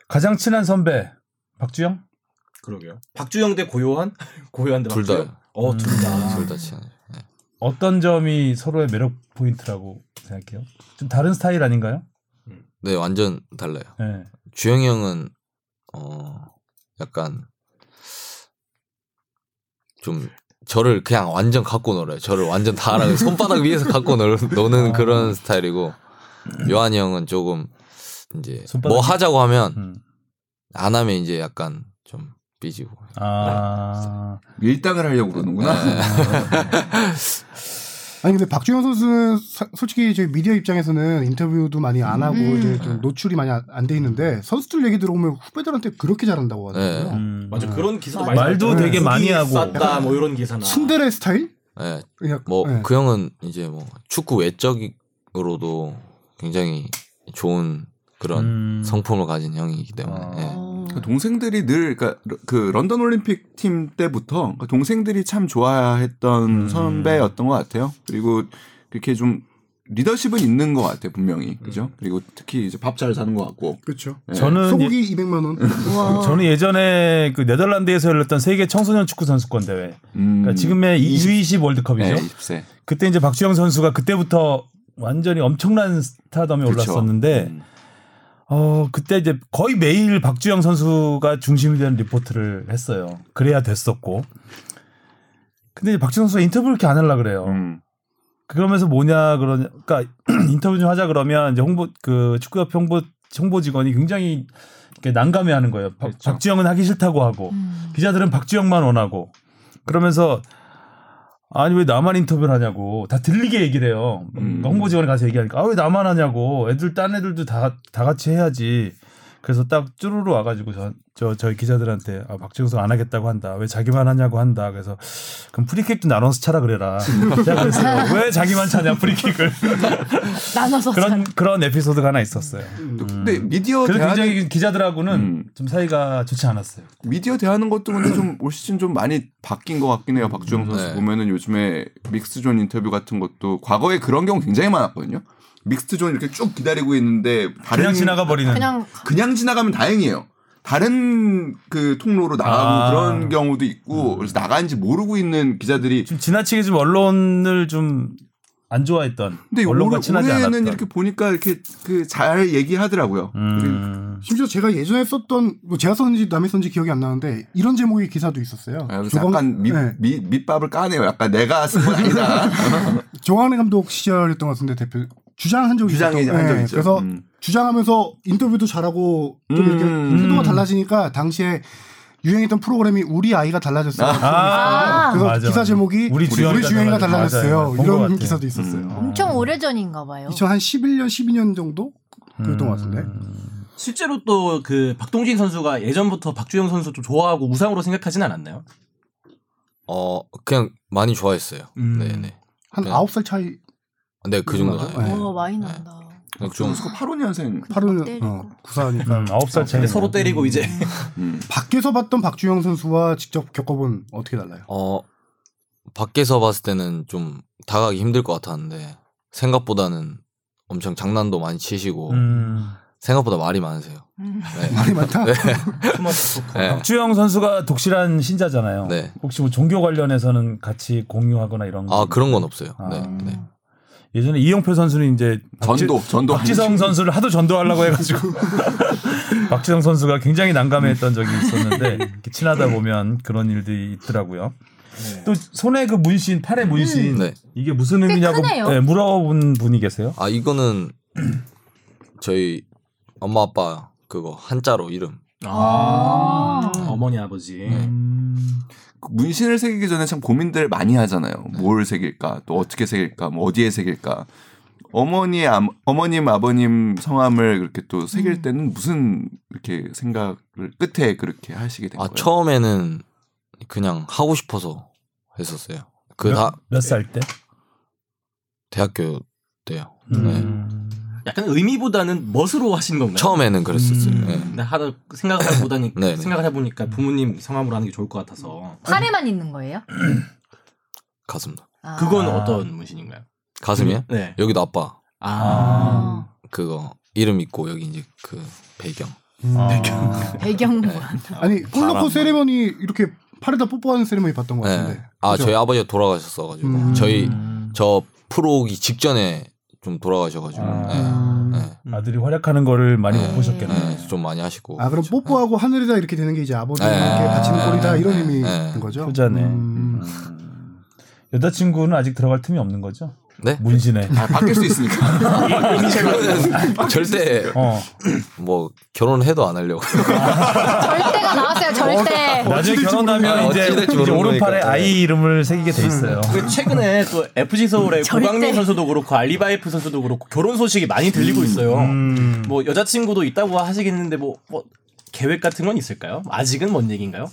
S2: 가장 친한 선배 박주영?
S4: 그러게요. 박주영 대 고요한? 고요한 대
S7: 둘
S4: 박주영?
S7: 다.
S4: 어, 둘 다.
S7: 둘 다 친해요 네.
S2: 어떤 점이 서로의 매력 포인트라고 생각해요? 좀 다른 스타일 아닌가요?
S7: 네 완전 달라요
S2: 예.
S7: 주영이 형은 어 약간 좀 저를 그냥 완전 갖고 놀아요. 저를 완전 다 알아요. 손바닥 위에서 갖고
S2: [LAUGHS]
S7: 놀,
S2: 아.
S7: 노는 그런 스타일이고 요한이 형은 조금 이제
S2: 손바닥
S7: 뭐
S2: 위-
S7: 하자고 하면
S2: 음.
S7: 안 하면 이제 약간 좀 삐지고
S2: 아.
S3: 밀당을 하려고 그러는구나.
S6: 아니 근데 박주영 선수는 사- 솔직히 저희 미디어 입장에서는 인터뷰도 많이 안 하고
S3: 음.
S6: 이제 좀 노출이 많이 안 돼 있는데 선수들 얘기 들어보면 후배들한테 그렇게 잘한다고
S3: 네.
S6: 하더라고요.
S2: 음.
S4: 맞아, 그런 기사도
S5: 맞아.
S4: 많이
S2: 말도
S4: 나왔잖아요.
S2: 되게 많이 하고.
S4: 쌌다, 뭐 이런 기사나.
S6: 신데레 스타일?
S7: 예.
S6: 그냥
S7: 뭐
S2: 네.
S6: 예.
S7: 그 형은 이제 뭐 축구 외적으로도 굉장히 좋은 그런
S2: 음.
S7: 성품을 가진 형이기 때문에
S2: 아.
S7: 예.
S3: 그 동생들이 늘 그러니까 그 런던 올림픽 팀 때부터 그 동생들이 참 좋아했던 선배였던 것 같아요. 그리고 이렇게 좀 리더십은 있는 것 같아요 분명히 그죠? 그리고 특히 이제 음. 밥 잘 사는 것 같고
S6: 그렇죠.
S2: 저는 예-
S6: 소고기
S3: [LAUGHS]
S6: 200만 원.
S3: 어.
S2: 저는 예전에 그 네덜란드에서 열렸던 세계 청소년 축구 선수권 대회.
S3: 음,
S2: 그러니까 지금의 U20 월드컵이죠.
S3: 네, 20세
S2: 그때 이제 박주영 선수가 그때부터 완전히 엄청난 스타덤에
S3: 그렇죠.
S2: 올랐었는데
S3: 음.
S2: 어 그때 이제 거의 매일 박주영 선수가 중심이 되는 리포트를 했어요. 그래야 됐었고. 근데 이제 박주영 선수가 인터뷰를 이렇게 안 하려 그래요.
S3: 음.
S2: 그러면서 뭐냐 그러냐 그러니까 [CLEARS THROAT] 인터뷰 좀 하자 그러면 이제 홍보 그 축구협 홍보 홍보 직원이 굉장히 이렇게 난감해하는 거예요. 박-
S3: 그렇죠.
S2: 박주영은 하기 싫다고 하고 기자들은 박주영만 원하고 그러면서 아니 왜 나만 인터뷰를 하냐고 다 들리게 얘기를 해요.
S3: 음.
S2: 홍보 직원이 가서 얘기하니까 아 왜 나만 하냐고 애들 딴 애들도 다 다 같이 해야지. 그래서 딱 쭈루루 와가지고 저, 저 저희 기자들한테 아, 박지영 선수 안 하겠다고 한다. 왜 자기만 하냐고 한다. 그래서 그럼 프리킥도 나눠서 차라 그래라.
S3: [LAUGHS]
S2: 제가 그랬어요. 왜 자기만 차냐 프리킥을.
S5: [LAUGHS] 나눠서
S2: 그런 그런 에피소드가 하나 있었어요.
S3: 근데 음. 미디어
S2: 그래서
S3: 대한
S2: 굉장히 기자들하고는
S3: 음.
S2: 좀 사이가 좋지 않았어요.
S3: 미디어 대하는 것도 근데 좀 올 시즌 좀 많이 바뀐 것 같긴 해요. 박주영 선수
S7: 네.
S3: 보면은 요즘에 믹스존 인터뷰 같은 것도 과거에 그런 경우 굉장히 많았거든요. 믹스존 이렇게 쭉 기다리고 있는데 다른
S2: 그냥 지나가 버리는.
S5: 그냥
S3: 그냥 지나가면 다행이에요. 다른 그 통로로 나가고
S2: 아. 음.
S3: 그런 경우도 있고 그래서 나간지 모르고 있는 기자들이
S2: 좀 지나치게 좀 언론을 좀 안 좋아했던.
S3: 근데
S2: 언론과
S3: 올해,
S2: 친하지 않았던.
S3: 올해는 이렇게 보니까 이렇게 그 잘 얘기하더라고요.
S2: 음.
S6: 심지어 제가 예전에 썼던 뭐 제가 썼는지 남이 썼는지 기억이 안 나는데 이런 제목의 기사도 있었어요.
S3: 아, 그래서
S6: 조광-
S3: 약간 밑,
S6: 네.
S3: 밑, 밑밥을 까네요. 약간 내가 쓴 건 아니다.
S6: 조광래 감독 시절이었던 것 같은데 대표 주장한
S3: [LAUGHS]
S6: 적이
S3: 주장이
S6: 있었던-
S3: 한 적이
S2: 네,
S6: 예,
S3: 있죠.
S6: 그래서
S3: 음.
S6: 주장하면서 인터뷰도 잘하고 좀 이렇게
S3: 음.
S6: 태도가 달라지니까 당시에 유행했던 프로그램이 우리 아이가 달라졌어요.
S2: 아,
S6: 그래서
S2: 맞아,
S6: 기사
S2: 맞아.
S6: 제목이
S2: 우리
S6: 우리
S2: 주영이가
S6: 주영이가,
S2: 달라졌어요.
S6: 달라졌어요.
S2: 맞아요. 본것 같아요. 음.
S6: 이런 기사도 있었어요.
S5: 엄청 오래전인가 봐요.
S6: 2011년 12년 정도
S2: 음.
S6: 그랬던 것 같은데.
S4: 실제로 또 그 박동진 선수가 예전부터 박주영 선수 좀 좋아하고 우상으로 생각하진 않았나요?
S7: 어 그냥 많이 좋아했어요.
S4: 음.
S7: 네네.
S6: 한
S7: 네.
S6: 아홉 살 차이
S7: 네, 그 정도
S6: 맞아요?
S7: 나요.
S6: 네.
S5: 어, 많이
S7: 네.
S5: 난다.
S7: 그냥
S3: 박주영
S7: 좀
S3: 선수가 8호년생.
S6: 팔은
S5: 때리고.
S6: 어, 구사하니까.
S2: 음, 9살 차이.
S4: 근데 서로 때리고 이제
S3: 음.
S6: 밖에서 봤던 박주영 선수와 직접 겪어본 어떻게 달라요? [LAUGHS]
S7: 어 밖에서 봤을 때는 좀 다가기 힘들 것 같았는데 생각보다는 엄청 장난도 많이 치시고
S2: 음.
S7: 생각보다 말이 많으세요.
S5: 음.
S7: 네.
S6: 말이 많다.
S4: 투머치 토크.
S7: 네.
S2: 박주영 선수가 독실한 신자잖아요.
S7: 네.
S2: 혹시 뭐 종교 관련해서는 같이 공유하거나 이런
S7: 아
S2: 거?
S7: 그런 건 없어요.
S2: 아.
S7: 네. 네.
S2: 예전에 이영표 선수는 이제 박지-
S3: 전도, 전도
S2: 아, 그 박지성 선수를 하도 전도하려고 해가지고 [LAUGHS] 박지성 선수가 굉장히 난감해했던 적이 있었는데 이렇게 친하다 보면 그런 일들이 있더라고요.
S3: 네.
S2: 또 손에 그 문신, 팔에 문신
S7: 네.
S2: 이게 무슨 의미냐고
S5: 크네요.
S2: 네, 물어본 분이 계세요.
S7: 아 이거는 [CLEARS THROAT] 저희 엄마 아빠 그거 한자로 이름.
S4: 음. 아. 어머니 아버지.
S7: 음.
S2: 네.
S3: 그 문신을 새기기 전에 참 고민들 많이 하잖아요. 뭘 새길까, 또 어떻게 새길까, 뭐 어디에 새길까. 어머니, 암, 어머님, 아버님 성함을 그렇게 또
S2: 음.
S3: 새길 때는 무슨 이렇게 생각을 끝에 그렇게 하시게 된
S7: 아
S3: 거예요?
S7: 처음에는 그냥 하고 싶어서 했었어요. 그 다
S2: 몇 살 때?
S7: 대학교 때요.
S2: 음.
S4: 약간 의미보다는 멋으로 하신 건가요?
S7: 네. 처음에는 그랬었어요.
S2: 음.
S7: 네.
S4: 근데 하다 생각하다 보다니
S7: [LAUGHS] 네, 네.
S4: 생각을 해보니까 부모님 성함으로 하는 게 좋을 것 같아서
S5: 팔에만 있는 거예요?
S7: 가슴도.
S5: 아.
S4: 그건
S2: 아.
S4: 어떤 문신인가요?
S7: 가슴이요?
S4: 네.
S7: 여기도 아빠
S4: 아.
S5: 어,
S7: 그거 이름 있고 여기 이제 그 배경.
S2: 아.
S5: 배경부.
S7: 네.
S6: 음. 아니
S7: 바람.
S6: 콜로코 세레머니 이렇게 팔에다 뽀뽀하는 세레머니 봤던 것 같은데.
S7: 네. 아
S6: 그죠?
S7: 저희 아버지가 돌아가셨어가지고
S6: 음.
S7: 저희 저 프로 오기 직전에 좀 돌아가셔가지고
S2: 아.
S7: 네. 네.
S2: 아들이 활약하는 거를 많이
S7: 네.
S2: 못 보셨겠네요.
S7: 네, 좀 많이 하시고.
S6: 아 그럼
S7: 그렇죠.
S6: 뽀뽀하고 하늘이다 이렇게 되는 게 이제 아버지
S7: 네.
S6: 이렇게 바치는 꼴이다 이런
S7: 네.
S6: 의미인
S7: 네.
S6: 거죠.
S2: 효자네.
S6: 음.
S2: 음. 여자친구는 아직 들어갈 틈이 없는 거죠?
S7: 네?
S2: 문신에.
S3: 아, 바뀔
S2: [LAUGHS]
S3: 수 있으니까.
S6: [LAUGHS]
S7: 아, 그거는 [LAUGHS] 절대
S2: 어.
S7: 뭐 결혼해도 안 하려고. [LAUGHS]
S5: 절대가 나왔어요. 절대.
S2: 나중에
S7: 모르는
S2: 결혼하면
S7: 거야.
S2: 이제,
S7: 아, 어찌 될지 네.
S2: 이제
S7: 모르는
S2: 오른팔에
S7: 거니까.
S2: 아이 이름을 새기게 돼 있어요.
S4: 그 최근에 또 FC
S7: [LAUGHS]
S4: 서울의
S5: 절대.
S4: 고광민 선수도 그렇고 알리바이프 선수도 그렇고 결혼 소식이 많이 들리고 있어요.
S2: 음.
S4: 뭐 여자친구도 있다고 하시겠는데 뭐, 뭐 계획 같은 건 있을까요? 아직은 뭔 얘기인가요?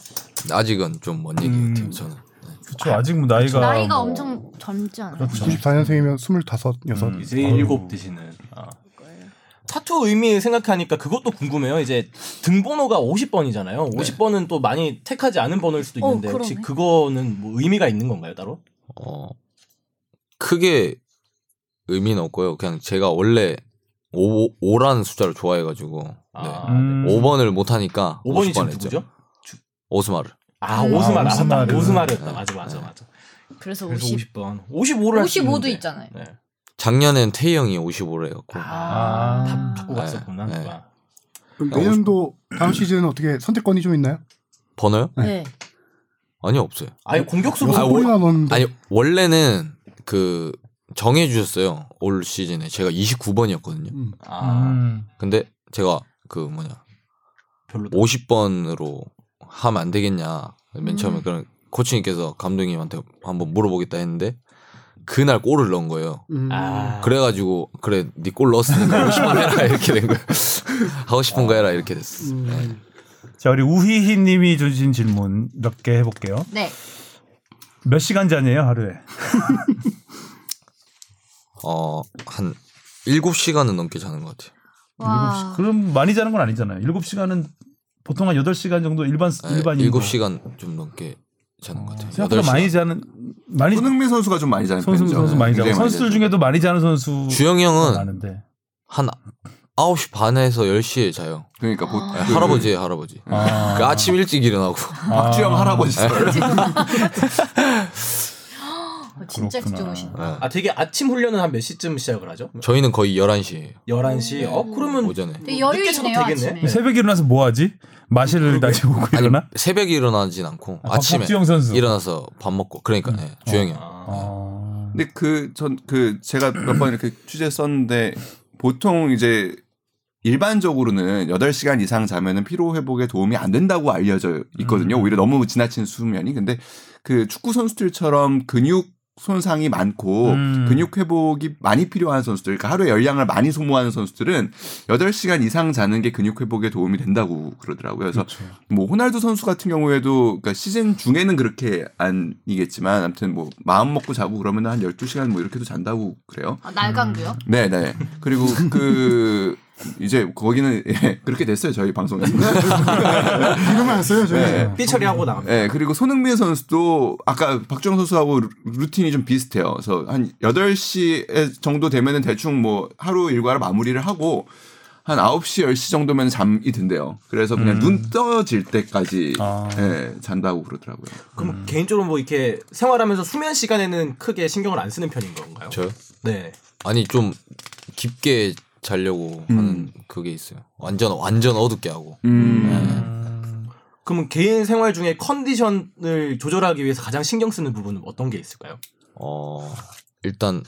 S7: 아직은 좀 먼 얘기
S6: 음.
S7: 같아요. 저는.
S2: 그렇죠. 아직 뭐 나이가
S5: 나이가
S2: 뭐-
S5: 엄청 젊지 않아요?
S6: 94년생이면 25, 6.
S2: 음.
S4: 이제 일곱 되시는. 아. 타투 의미 생각하니까 그것도 궁금해요. 이제 등번호가 50번이잖아요. 50번은 또 많이 택하지 않은 번호일 수도
S5: 어,
S4: 있는데 혹시
S5: 그러네.
S4: 그거는 뭐 의미가 있는 건가요, 따로?
S7: 어 크게 의미는 없고요. 그냥 제가 원래 오 5라는 숫자를 좋아해가지고 네.
S4: 아,
S2: 음.
S7: 5번을 못하니까
S4: 5번이
S7: 50번
S4: 지금
S7: 했죠.
S4: 누구죠?
S7: 오스마르.
S4: 아,
S5: 음.
S4: 오스마르.
S2: 아, 오스마르.
S4: 오스마르. 오스마르였다. 맞아, 맞아, 맞아.
S5: 그래서
S4: 그래서
S5: 50.
S4: 50번. 55를
S5: 55도 있잖아요.
S4: 네.
S7: 작년엔 태희 형이 55를 해갖고
S4: 아,
S5: 아.
S4: 다, 고 갔었구나.
S7: 네.
S4: 누가.
S6: 그럼 내년도 다음 시즌은 어떻게 선택권이 좀 있나요?
S7: 번호요?
S5: 네.
S7: 아니요 없어요.
S4: 아예 공격수로
S7: 아,
S6: 여섯
S7: 월-
S6: 골이나 넣었는데
S7: 아니 원래는 그 정해주셨어요 올 시즌에 제가 29번이었거든요.
S6: 음.
S4: 아,
S2: 음.
S7: 근데 제가 그 뭐냐
S4: 별로
S7: 50번으로 하면 안 되겠냐 맨 처음에 그런 코치님께서 감독님한테 한번 물어보겠다 했는데 그날 골을 넣은 거예요.
S6: 음.
S4: 아,
S7: 그래가지고 그래 네 골 넣었으니까 50번 해라 이렇게 된 거예요. 하고 싶은 거 해라 이렇게 됐어.
S6: 음.
S7: 네.
S2: 자 우리 우희희 님이 주신 질문 몇 개 해볼게요.
S5: 네.
S2: 몇 시간 자녀예요 하루에?
S7: 어한 7시간은 넘게 자는 것 같아요.
S5: 와.
S2: 그럼 많이 자는 건 아니잖아요. 7시간은 보통 한 8시간 정도 일반 일반인
S7: 아, 7시간 좀 넘게 자는 것 같아요.
S2: 생각보다
S7: 8시간.
S2: 많이 자는 많이
S3: 손흥민 선수가 좀 많이 자는
S2: 선수
S3: 편이죠.
S2: 선수 많이 자고
S3: 굉장히
S2: 선수들
S3: 자죠.
S2: 중에도 많이 자는 선수
S7: 주영이 형은
S2: 많은데.
S7: 한 9시 반에서 10시에 자요.
S3: 그러니까 보,
S7: 네, 할아버지예요 할아버지. 그 아침 일찍
S2: [LAUGHS]
S7: 일어나고
S3: 박주영 할아버지.
S5: 어, 진짜
S2: 그렇구나.
S5: 좋으신다.
S7: 네.
S4: 아, 되게 아침 훈련은 한 몇 시쯤 시작을 하죠?
S7: 저희는 거의 11시예요.
S4: 11시.
S5: 음.
S4: 어,
S2: 음.
S4: 그러면
S7: 오전에.
S5: 되게
S4: 늦게
S5: 여유있네요.
S4: 자도 되겠네.
S5: 아침에.
S2: 새벽에 일어나서 뭐 하지? 마실 다시 오고
S7: 아니
S2: 일어나?
S7: 새벽에 일어나진 않고
S2: 아,
S7: 아침에
S2: 박주영 선수. 음.
S7: 일어나서 밥 먹고 그러니까 네, 주영이 형.
S4: 아,
S2: 아.
S3: 근데 그 전 그 제가 몇 번 이렇게 취재 썼는데 보통 이제 일반적으로는 8시간 이상 자면은 피로 회복에 도움이 안 된다고 알려져 있거든요. 오히려 너무 지나친 수면이. 근데 그 축구 선수들처럼 근육 손상이 많고
S2: 음.
S3: 근육 회복이 많이 필요한 선수들, 그러니까 하루에 열량을 많이 소모하는 선수들은 8시간 이상 자는 게 근육 회복에 도움이 된다고 그러더라고요. 그래서 뭐 호날두 선수 같은 경우에도 그러니까 시즌 중에는 그렇게 아니겠지만 아무튼 뭐 마음 먹고 자고 그러면 한 12시간 뭐 이렇게도 잔다고 그래요.
S5: 아, 날강도요?
S3: 네, 네. 그리고 그 이제 거기는 [LAUGHS] 예, 그렇게 됐어요. 저희 방송에서.
S6: 이름을 안 써요 저희.
S3: 네.
S4: 삐처리하고 나가면.
S3: 예, 그리고 손흥민 선수도 아까 박주영 선수하고 루- 루틴이 좀 비슷해요. 그래서 한 8시 정도 되면은 대충 뭐 하루 일과를 마무리를 하고 한 9시, 10시 정도면 잠이 든대요. 그래서 그냥 눈 떠질 때까지
S2: 음. 아.
S7: 네.
S3: 예, 잔다고 그러더라고요.
S7: 음.
S4: 그럼 개인적으로 뭐 이렇게 생활하면서 수면 시간에는 크게 신경을 안 쓰는 편인 건가요?
S7: 저요?
S4: 네.
S7: 아니 좀 깊게 자려고
S2: 음.
S7: 하는 그게 있어요. 완전 완전 어둡게 하고. 예.
S3: 음.
S4: 그러면 개인 생활 중에 컨디션을 조절하기 위해서 가장 신경 쓰는 부분은 어떤 게 있을까요?
S7: 어 일단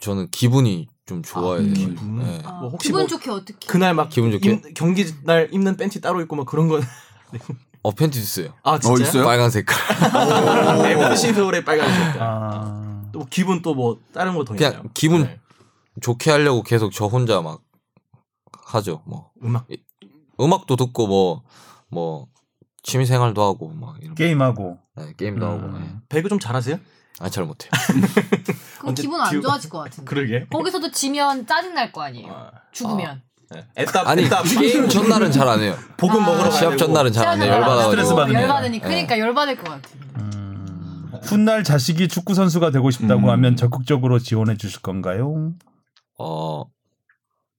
S7: 저는 기분이 좀 좋아야 돼요.
S4: 기분.
S7: 네.
S4: 뭐 혹시
S5: 기분
S4: 뭐
S5: 좋게 어떻게?
S4: 그날 막
S7: 기분 좋게?
S4: 입- 경기 날 입는 팬티 따로 입고 막 그런 건.
S7: 어 팬티 있어요. 어.
S4: 아 진짜?
S3: 어, 있어요?
S7: 빨간 색깔.
S4: MC 서울의 빨간 색깔.
S2: 아.
S4: 또 기분 또 뭐 다른 거 더
S7: 그냥
S4: 있나요?
S7: 기분
S4: 네.
S7: 좋게 하려고 계속 저 혼자 막 하죠. 뭐
S4: 음악
S7: 음악도 듣고 뭐 뭐 취미 생활도 하고 막 이런
S2: 게임하고.
S7: 네, 게임도 하고. 네.
S2: 음.
S4: 배그 좀 잘하세요?
S7: 아잘 못해요.
S5: 그럼
S4: 언제
S5: 기분 안
S4: 지우-
S5: 좋아질 것 같은데.
S4: 그러게.
S5: 거기서도 지면 짜증 날 거 아니에요.
S4: 아,
S5: 죽으면.
S4: 네. 애답
S7: 아니
S4: 애답
S7: 게임 전날은 잘 안 해요.
S4: [LAUGHS] 복음 먹으러 가야
S7: 시합
S4: 되고.
S7: 전날은 잘 안 해요.
S5: 짜증 나가지고
S2: 스트레스
S7: 네, 열받아가지고. 네.
S2: 받- 받으면.
S5: 열받으니까 그러니까 열받을 것 같은데.
S2: 음. 훗날 자식이 축구 선수가 되고 싶다고
S3: 음.
S2: 하면 적극적으로 지원해 주실 건가요?
S7: 어,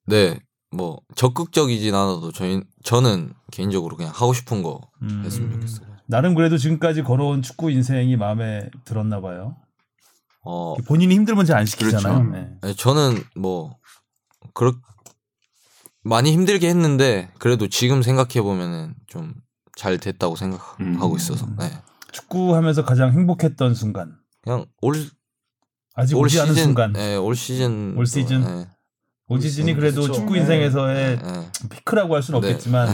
S7: 네, 뭐 적극적이진 않아도 저희 저는 개인적으로 그냥 하고 싶은 거
S2: 음.
S7: 했으면 좋겠어요.
S2: 나름 그래도 지금까지 걸어온 축구 인생이 마음에 들었나 봐요.
S7: 어,
S2: 본인이 힘들면 잘 안 시키잖아요.
S3: 그렇죠.
S2: 네.
S7: 아니, 저는 뭐 그렇 많이 힘들게 했는데 그래도 지금 생각해 보면은 좀 잘 됐다고 생각하고
S3: 음.
S7: 있어서 네.
S2: 축구하면서 가장 행복했던 순간.
S7: 그냥 올,
S2: 아직
S7: 올
S2: 오지 않은
S7: 시즌,
S2: 순간.
S7: 네, 올 시즌,
S2: 올 시즌?
S7: 네,
S2: 오지진이 그래도
S4: 그렇죠.
S2: 축구
S4: 네.
S2: 인생에서의
S7: 네.
S2: 피크라고 할 수는
S7: 네.
S2: 없겠지만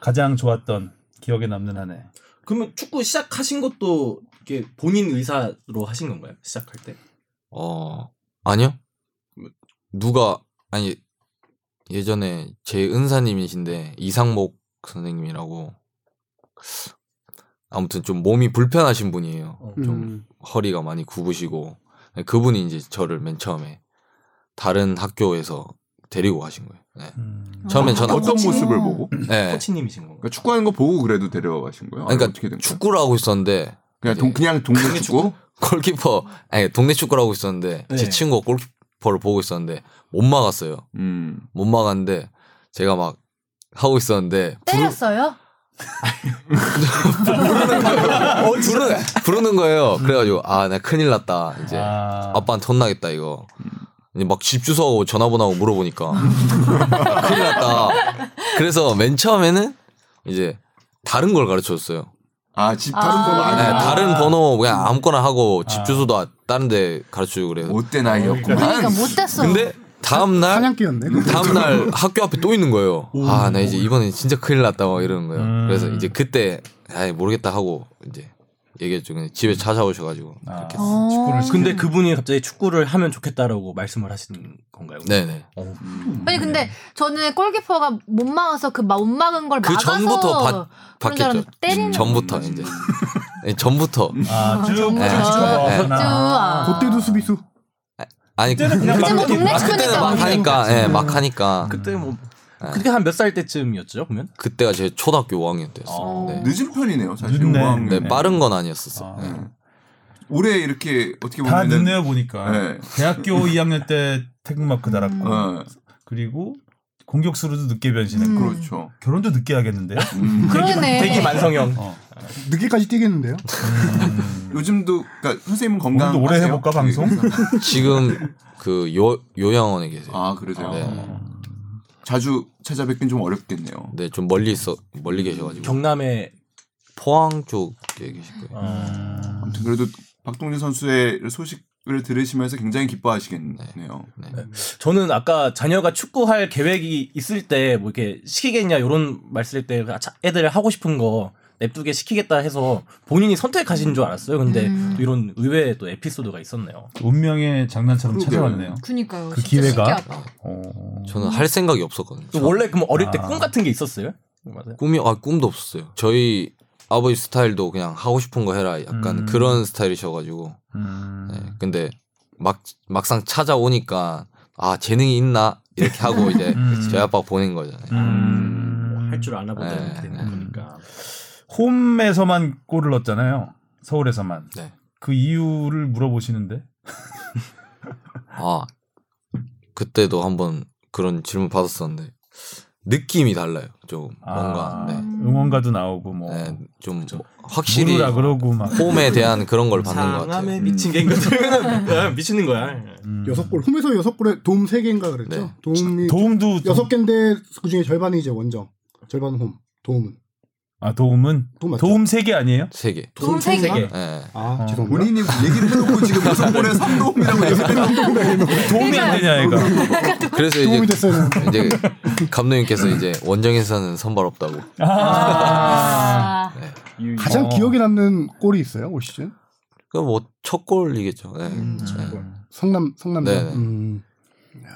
S2: 가장 좋았던 기억에 남는 한 해.
S4: 그러면 축구 시작하신 것도 이게 본인 의사로 하신 건가요? 시작할 때?
S7: 어 아니요 누가 아니 예전에 제 은사님이신데 이상목 선생님이라고 아무튼 좀 몸이 불편하신 분이에요
S3: 네.
S4: 어,
S7: 좀
S6: 음.
S7: 허리가 많이 굽으시고 그분이 이제 저를 맨 처음에 다른 학교에서 데리고 가신 거예요 네.
S2: 음.
S7: 처음엔 전
S3: 아, 어떤 모습을 보고?
S7: 네.
S4: 코치님이신 건가요?
S3: 그러니까 축구하는 거 보고 그래도 데려가신 거예요? 음. 아, 아니면
S7: 그러니까
S3: 어떻게 된 거예요?
S7: 축구를 하고 있었는데
S3: 그냥 동 그냥 동네 축구?
S7: 골키퍼 아니 동네 축구를 하고 있었는데
S4: 네.
S7: 제 친구가 골키퍼를 보고 있었는데 못 막았어요
S3: 음.
S7: 못 막았는데 제가 막 하고 있었는데
S5: 네.
S7: 부르,
S5: 때렸어요?
S7: 부르는, 부르는 거예요. 그래가지고 아 나 큰일 났다 이제
S2: 아.
S7: 아빠한테 혼나겠다 이거. 이제 막 집 주소하고 전화번호하고 물어보니까 [LAUGHS] 큰일 났다. 그래서 맨 처음에는 이제 다른 걸 가르쳐줬어요.
S3: 아, 집 다른
S5: 아.
S3: 거
S7: 네,
S3: 아니야.
S7: 다른 번호 그냥 아무거나 하고
S2: 아.
S7: 집 주소도 아- 다른 데 가르쳐주고 그래요.
S3: 못된 아이였구만.
S5: 그러니까 못 됐어.
S7: 근데 다음 날
S6: 사냥개였네. 그
S7: 다음 날 학교 앞에 또 있는 거예요. 아 나 이제 이번엔 진짜 큰일 났다 막 이러는 거예요.
S2: 음.
S7: 그래서 이제 그때 아 모르겠다 하고 이제 얘기했죠. 그냥 집에 찾아오셔가지고
S2: 아.
S7: 그렇게 했어요.
S5: 어.
S2: 축구를 시작-
S4: 근데 그분이 갑자기 축구를 하면 좋겠다라고 말씀을 하신 건가요?
S7: 네네.
S5: 아니 근데 저는 골키퍼가 못 막아서 그 못 막은 걸
S7: 네. 그
S5: 막아서
S7: 전부터 받-
S5: 그런 사람
S7: 받겠죠.
S5: 때리는
S7: 전부터 이제 네, 전부터
S2: 아, 쭉
S5: 정말.
S2: 쭉
S7: 네.
S2: 쭉.
S5: 아.
S6: 그때도 수비수.
S7: 아니
S2: 그때는 그냥
S5: 그때 뭐 동네
S7: 아,
S5: 친구니까
S7: 그때는 막
S5: 막
S7: 하니까 예, 막 하니까
S4: 그때 뭐 그게 한 몇 살 때쯤이었죠? 그러면?
S7: 그때가 제 초등학교 5학년 때였어요. 네.
S3: 늦은 편이네요, 사실.
S2: 늦네.
S3: 오학년에.
S7: 네, 빠른 건 아니었었어.
S2: 아.
S7: 요 네.
S3: 올해 이렇게 어떻게
S2: 다
S3: 보면은
S2: 늦네요 보니까.
S3: 네.
S2: 대학교 2학년 때 태극마크 달았고
S3: 어,
S2: 그리고 공격수로도 늦게 변신했고
S3: 그렇죠.
S2: 결혼도 늦게 하겠는데요?
S3: 음.
S5: 그러네.
S4: 대기 만성형.
S2: 어.
S6: 늦게까지 뛰겠는데요.
S3: 요즘도 그러니까 선생님은 건강 네,
S2: 오늘도 오래 해볼까 방송?
S7: 지금 그 요, 요양원에 계세요.
S3: 아, 그러세요.
S7: 네.
S3: 자주 찾아뵙긴 좀 어렵겠네요.
S7: 네, 좀 멀리 있어 멀리 계셔가지고
S4: 경남에
S7: 포항 쪽에 계실 거예요.
S3: 아무튼 그래도 박동진 선수의 소식을 들으시면서 굉장히 기뻐하시겠네요.
S7: 네.
S4: 저는 아까 자녀가 축구할 계획이 있을 때 뭐 이렇게 시키겠냐 이런 말씀 때 아, 자, 애들 하고 싶은 거 냅두게 시키겠다 해서 본인이 선택하신 줄 알았어요. 근데 또 이런 의외의 또 에피소드가 있었네요.
S2: 운명의 장난처럼
S3: 그러게요.
S2: 찾아왔네요.
S5: 그니까요.
S2: 그
S5: 진짜
S2: 기회가.
S5: 신기하다.
S2: 어.
S7: 저는 할 생각이 없었거든요.
S4: 또 원래 그럼 어릴 때
S2: 아.
S4: 꿈 같은 게 있었어요? 뭐 맞아요.
S7: 꿈이 아 꿈도 없었어요. 저희 아버지 스타일도 그냥 하고 싶은 거 해라 약간
S2: 음.
S7: 그런 스타일이셔가지고
S2: 음.
S7: 네, 근데 막 막상 찾아오니까 아 재능이 있나 이렇게 하고 이제
S2: 음.
S7: 저희 아빠 보낸 거잖아요.
S2: 음.
S4: 할 줄 아나 보다 이렇게 되는
S7: 네.
S4: 거니까.
S2: 홈에서만 골을 넣었잖아요. 서울에서만.
S7: 네.
S2: 그 이유를 물어보시는데.
S7: 아 그때도 한번 그런 질문 받았었는데 느낌이 달라요. 좀 뭔가
S2: 아,
S7: 네.
S2: 응원가도 나오고 뭐
S7: 네, 좀
S4: 그쵸.
S7: 확실히 네.
S2: 무르라 그러고 막
S7: 홈에 대한 그런 걸 받는 것 같아요.
S4: 상암에 미친 갱거들은 미치는 거야. [LAUGHS]
S2: 음.
S6: 여섯 골 홈에서 여섯 골에 도움 세 개인가 그랬죠.
S7: 네.
S6: 도움이
S2: 도움도 좀-
S6: 여섯 개인데 그 중에 절반이 이제 원정, 절반은 홈. 도움은
S2: 아 도움은
S6: 도움 맞죠?
S2: 도움 세 개
S7: [LAUGHS]
S2: 아니에요?
S7: 세 개.
S6: 도움
S5: 세
S6: 총인가?
S4: 개.
S7: 네.
S6: 아
S2: 어.
S6: 죄송합니다.
S3: 본인이 얘기를 해놓고 지금 여섯 골에 3도움이라고 얘기하는
S2: 도움이 안 되냐 얘가
S7: 그래서
S6: 도움이
S7: 이제
S6: 됐어요. 저는.
S7: 이제 감독님께서 이제 원정에서는 선발 없다고.
S2: 아.
S5: 아,
S6: 가장
S2: 어.
S6: 기억에 남는 골이 있어요 올 시즌?
S7: 그뭐첫 골이겠죠. 네. 네.
S6: 성남 성남전.
S7: 네, 네.
S6: 음.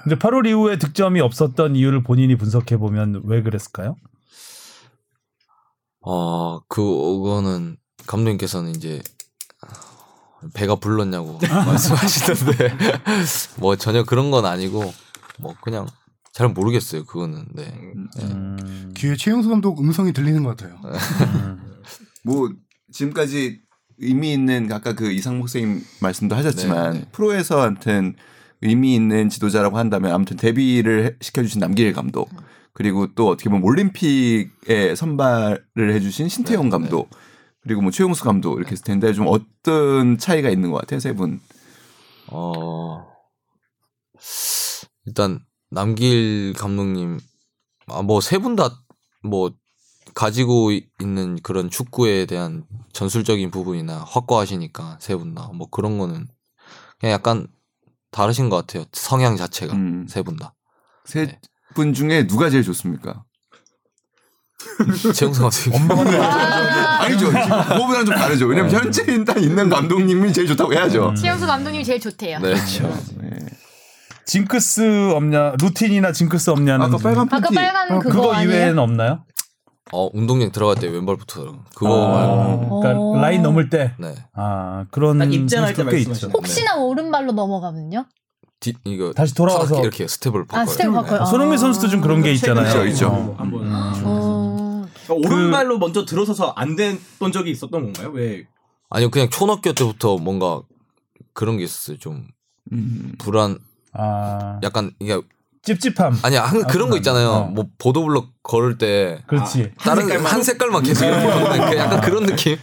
S2: 근데 8월 이후에 득점이 없었던 이유를 본인이 분석해 보면 왜 그랬을까요?
S7: 어 그거는 감독님께서는 이제 배가 불렀냐고 말씀하시던데 [LAUGHS] 뭐 전혀 그런 건 아니고 뭐 그냥 잘 모르겠어요 그거는 네.
S2: 음.
S6: 뒤에 최영수 감독 음성이 들리는 것 같아요.
S3: 뭐 지금까지 의미 있는 아까 그 이상목 선생님 말씀도 하셨지만
S7: 네, 네.
S3: 프로에서 아무튼 의미 있는 지도자라고 한다면 아무튼 데뷔를 해- 시켜주신 남길 감독
S7: 음.
S3: 그리고 또 어떻게 보면 올림픽에 선발을 해주신 신태용
S7: 네,
S3: 감독 그리고 뭐 최용수 감독 이렇게 했을 텐데 좀 어떤 차이가 있는 것 같아요 세 분.
S7: 어 일단 남길 감독님 아 뭐 세 분 다 뭐 가지고 이- 있는 그런 축구에 대한 전술적인 부분이나 확고하시니까 세 분 다 뭐 그런 거는 그냥 약간 다르신 것 같아요 성향 자체가
S3: 음.
S7: 세 분 다. 그러니까. 네.
S3: 세 분 중에 누가 제일 좋습니까?
S7: 최용성 선생님. [LAUGHS]
S3: 아니죠. 지금 그거보다는 좀 다르죠. 왜냐면
S7: 아, 네.
S3: 현재 일단 있는 감독님이 제일 좋다고
S7: 음.
S3: 해야죠.
S5: 최영수 감독님이 제일 좋대요.
S7: 네.
S2: 그렇죠.
S3: 네.
S2: 징크스 없냐 루틴이나 징크스 없냐는
S3: 아까 빨간
S5: 아까
S3: 팬티
S5: 빨간 그거,
S2: 어, 그거
S5: 아니에요?
S2: 이외에는 네. 없나요?
S7: 어 운동장 들어갈 때 왼발부터 그거
S2: 아,
S7: 말고.
S2: 그러니까
S5: 오.
S2: 라인 넘을 때
S7: 네.
S2: 아, 그런
S4: 딱 입장할 때
S2: 선수도 꽤
S4: 말씀하시는
S2: 있죠.
S5: 혹시나 오른발로 넘어가면요?
S7: 뒷 이거
S2: 다시 돌아와서
S7: 이렇게, 이렇게 스텝을 바꿔요. 네.
S5: 아, 스텝 바꿔요.
S2: 손흥민 선수도 좀 그런 게
S4: 그렇죠.
S2: 있잖아요.
S3: 있죠, 있죠.
S2: 어. 그
S4: 한번 아.
S5: 어,
S4: 음. 오른발로 먼저 들어서서 안 됐던 적이 있었던 건가요? 왜?
S7: 아니요 그냥 초등학교 때부터 뭔가 그런 게 있었어요. 좀
S3: 음.
S7: 불안
S2: 아,
S7: 약간 이게
S2: 찝찝함.
S7: 아니 한, 그런 거 있잖아요.
S2: 어.
S7: 뭐 보도블럭 걸을 때
S2: 그렇지.
S7: 다른
S2: [LAUGHS]
S7: 한
S2: 네.
S7: 색깔만 계속 이렇게 보는 그 약간 그런 느낌.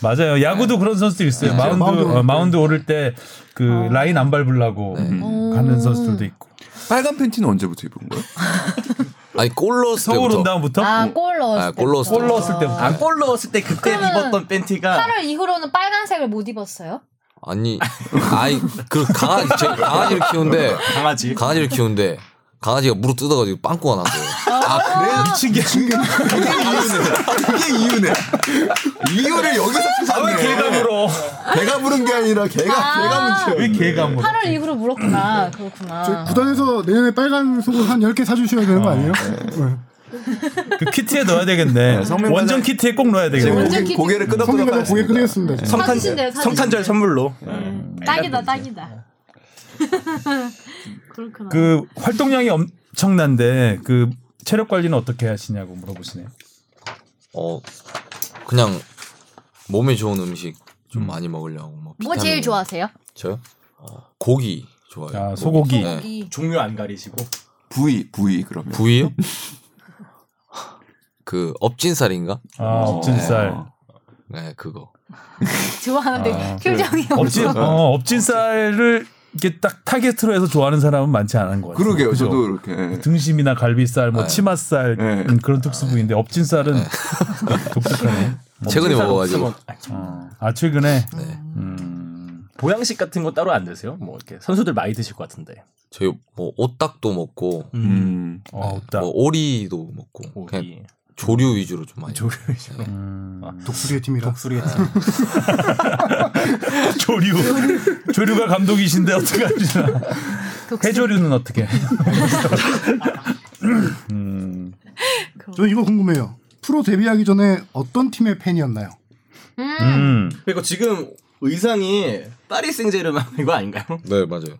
S2: 맞아요. 야구도 그런 선수도 있어요.
S7: 네.
S2: 마운드
S6: 마운드
S2: 어, 마운드 오를 때 그 라인 안 밟으려고
S7: 네.
S2: 가는 선수들도 있고.
S3: 빨간 팬티는 언제부터 입은 거예요?
S7: 아니 골 넣었을
S2: 서울
S7: 때부터
S2: 온다운부터
S5: 아, 골 넣었을
S7: 아,
S5: 때.
S7: 골 넣었을
S2: 골 넣었을 때부터.
S4: 아, 골 넣었을 때 그때
S5: 그러면은
S4: 입었던 팬티가
S5: 8월 이후로는 빨간색을 못 입었어요?
S7: 아니 아니 그 강아지 제 강아지를 키우는데
S4: 강아지.
S7: 강아지를 키우는데 강아지가 무릎 뜯어가지고 빵꾸가 났어요.
S3: 아 그래요? 미친 게 그게 이유네. 그게 이유네. 이유를 여기서 찾았네.
S2: 개감으로
S3: 개가 부른 게 아니라 개가 개가 문제.
S2: 왜 개감으로?
S5: 8월 이후로 물었구나. 그렇구나.
S6: 저 구단에서 내년에 빨간 속옷 한 10개 사주셔야 되는 거 아니에요? 네.
S2: 그 키트에 넣어야 되겠네.
S3: 성명
S2: 원정 키트에 꼭 넣어야 되겠네.
S5: 완전
S3: 지금 고개를
S6: 성민이
S3: 끄덕끄덕
S6: 가서 고개 끄덕였습니다. 진짜.
S4: 성탄,
S5: 사주신대요, 사주신대요.
S4: 성탄절 선물로.
S5: 딱이다, 딱이다. 그렇구나.
S2: 그 활동량이 엄청난데 그 체력 관리는 어떻게 하시냐고 물어보시네요.
S7: 어 그냥 몸에 좋은 음식 좀 많이 먹으려고 뭐
S5: 뭐 제일
S7: 비타민.
S5: 좋아하세요?
S7: 저요? 어, 고기 좋아요.
S2: 아, 소고기.
S7: 네.
S5: 고기.
S4: 종류 안 가리시고.
S3: 부위 부위 그러면.
S7: 부위요? 그 업진살인가?
S2: 아, 업진살.
S3: 어.
S7: 네 그거.
S5: 좋아하는데 표정이
S2: 업진
S5: 엄청
S2: 어, 업진살을 이렇게 딱 타겟으로 해서 좋아하는 사람은 많지 않은 것 같아요.
S3: 그러게요.
S2: 그죠? 음.
S3: 저도 이렇게.
S2: 등심이나 갈비살, 뭐
S7: 네. 네.
S2: 치맛살
S3: 네.
S2: 음, 그런 특수 부위인데 업진살은
S7: [LAUGHS]
S2: 독특하네.
S7: 최근에 먹어가지고
S2: 어. 아 최근에
S7: 네.
S2: 음,
S4: 보양식 같은 거 따로 안 드세요? 뭐 이렇게 선수들 많이 드실 것 같은데.
S7: 저희 뭐 오딱도 먹고
S3: 음.
S2: 어, 없다.
S7: 뭐 오리도 먹고 그냥
S4: 고기.
S7: 조류 위주로 좀 많이
S4: 조류 위주로.
S2: 음.
S6: 독수리의 팀이라.
S4: 독수리
S2: [LAUGHS] 조류. 조류가 감독이신데 어떻게 하시나. 해조류는 어떻게? 음,
S6: 저는 이거 궁금해요. 프로 데뷔하기 전에 어떤 팀의 팬이었나요?
S2: 음.
S4: [LAUGHS] 그리고 지금 의상이 파리 생제르맹 이거 아닌가요?
S7: 네 맞아요.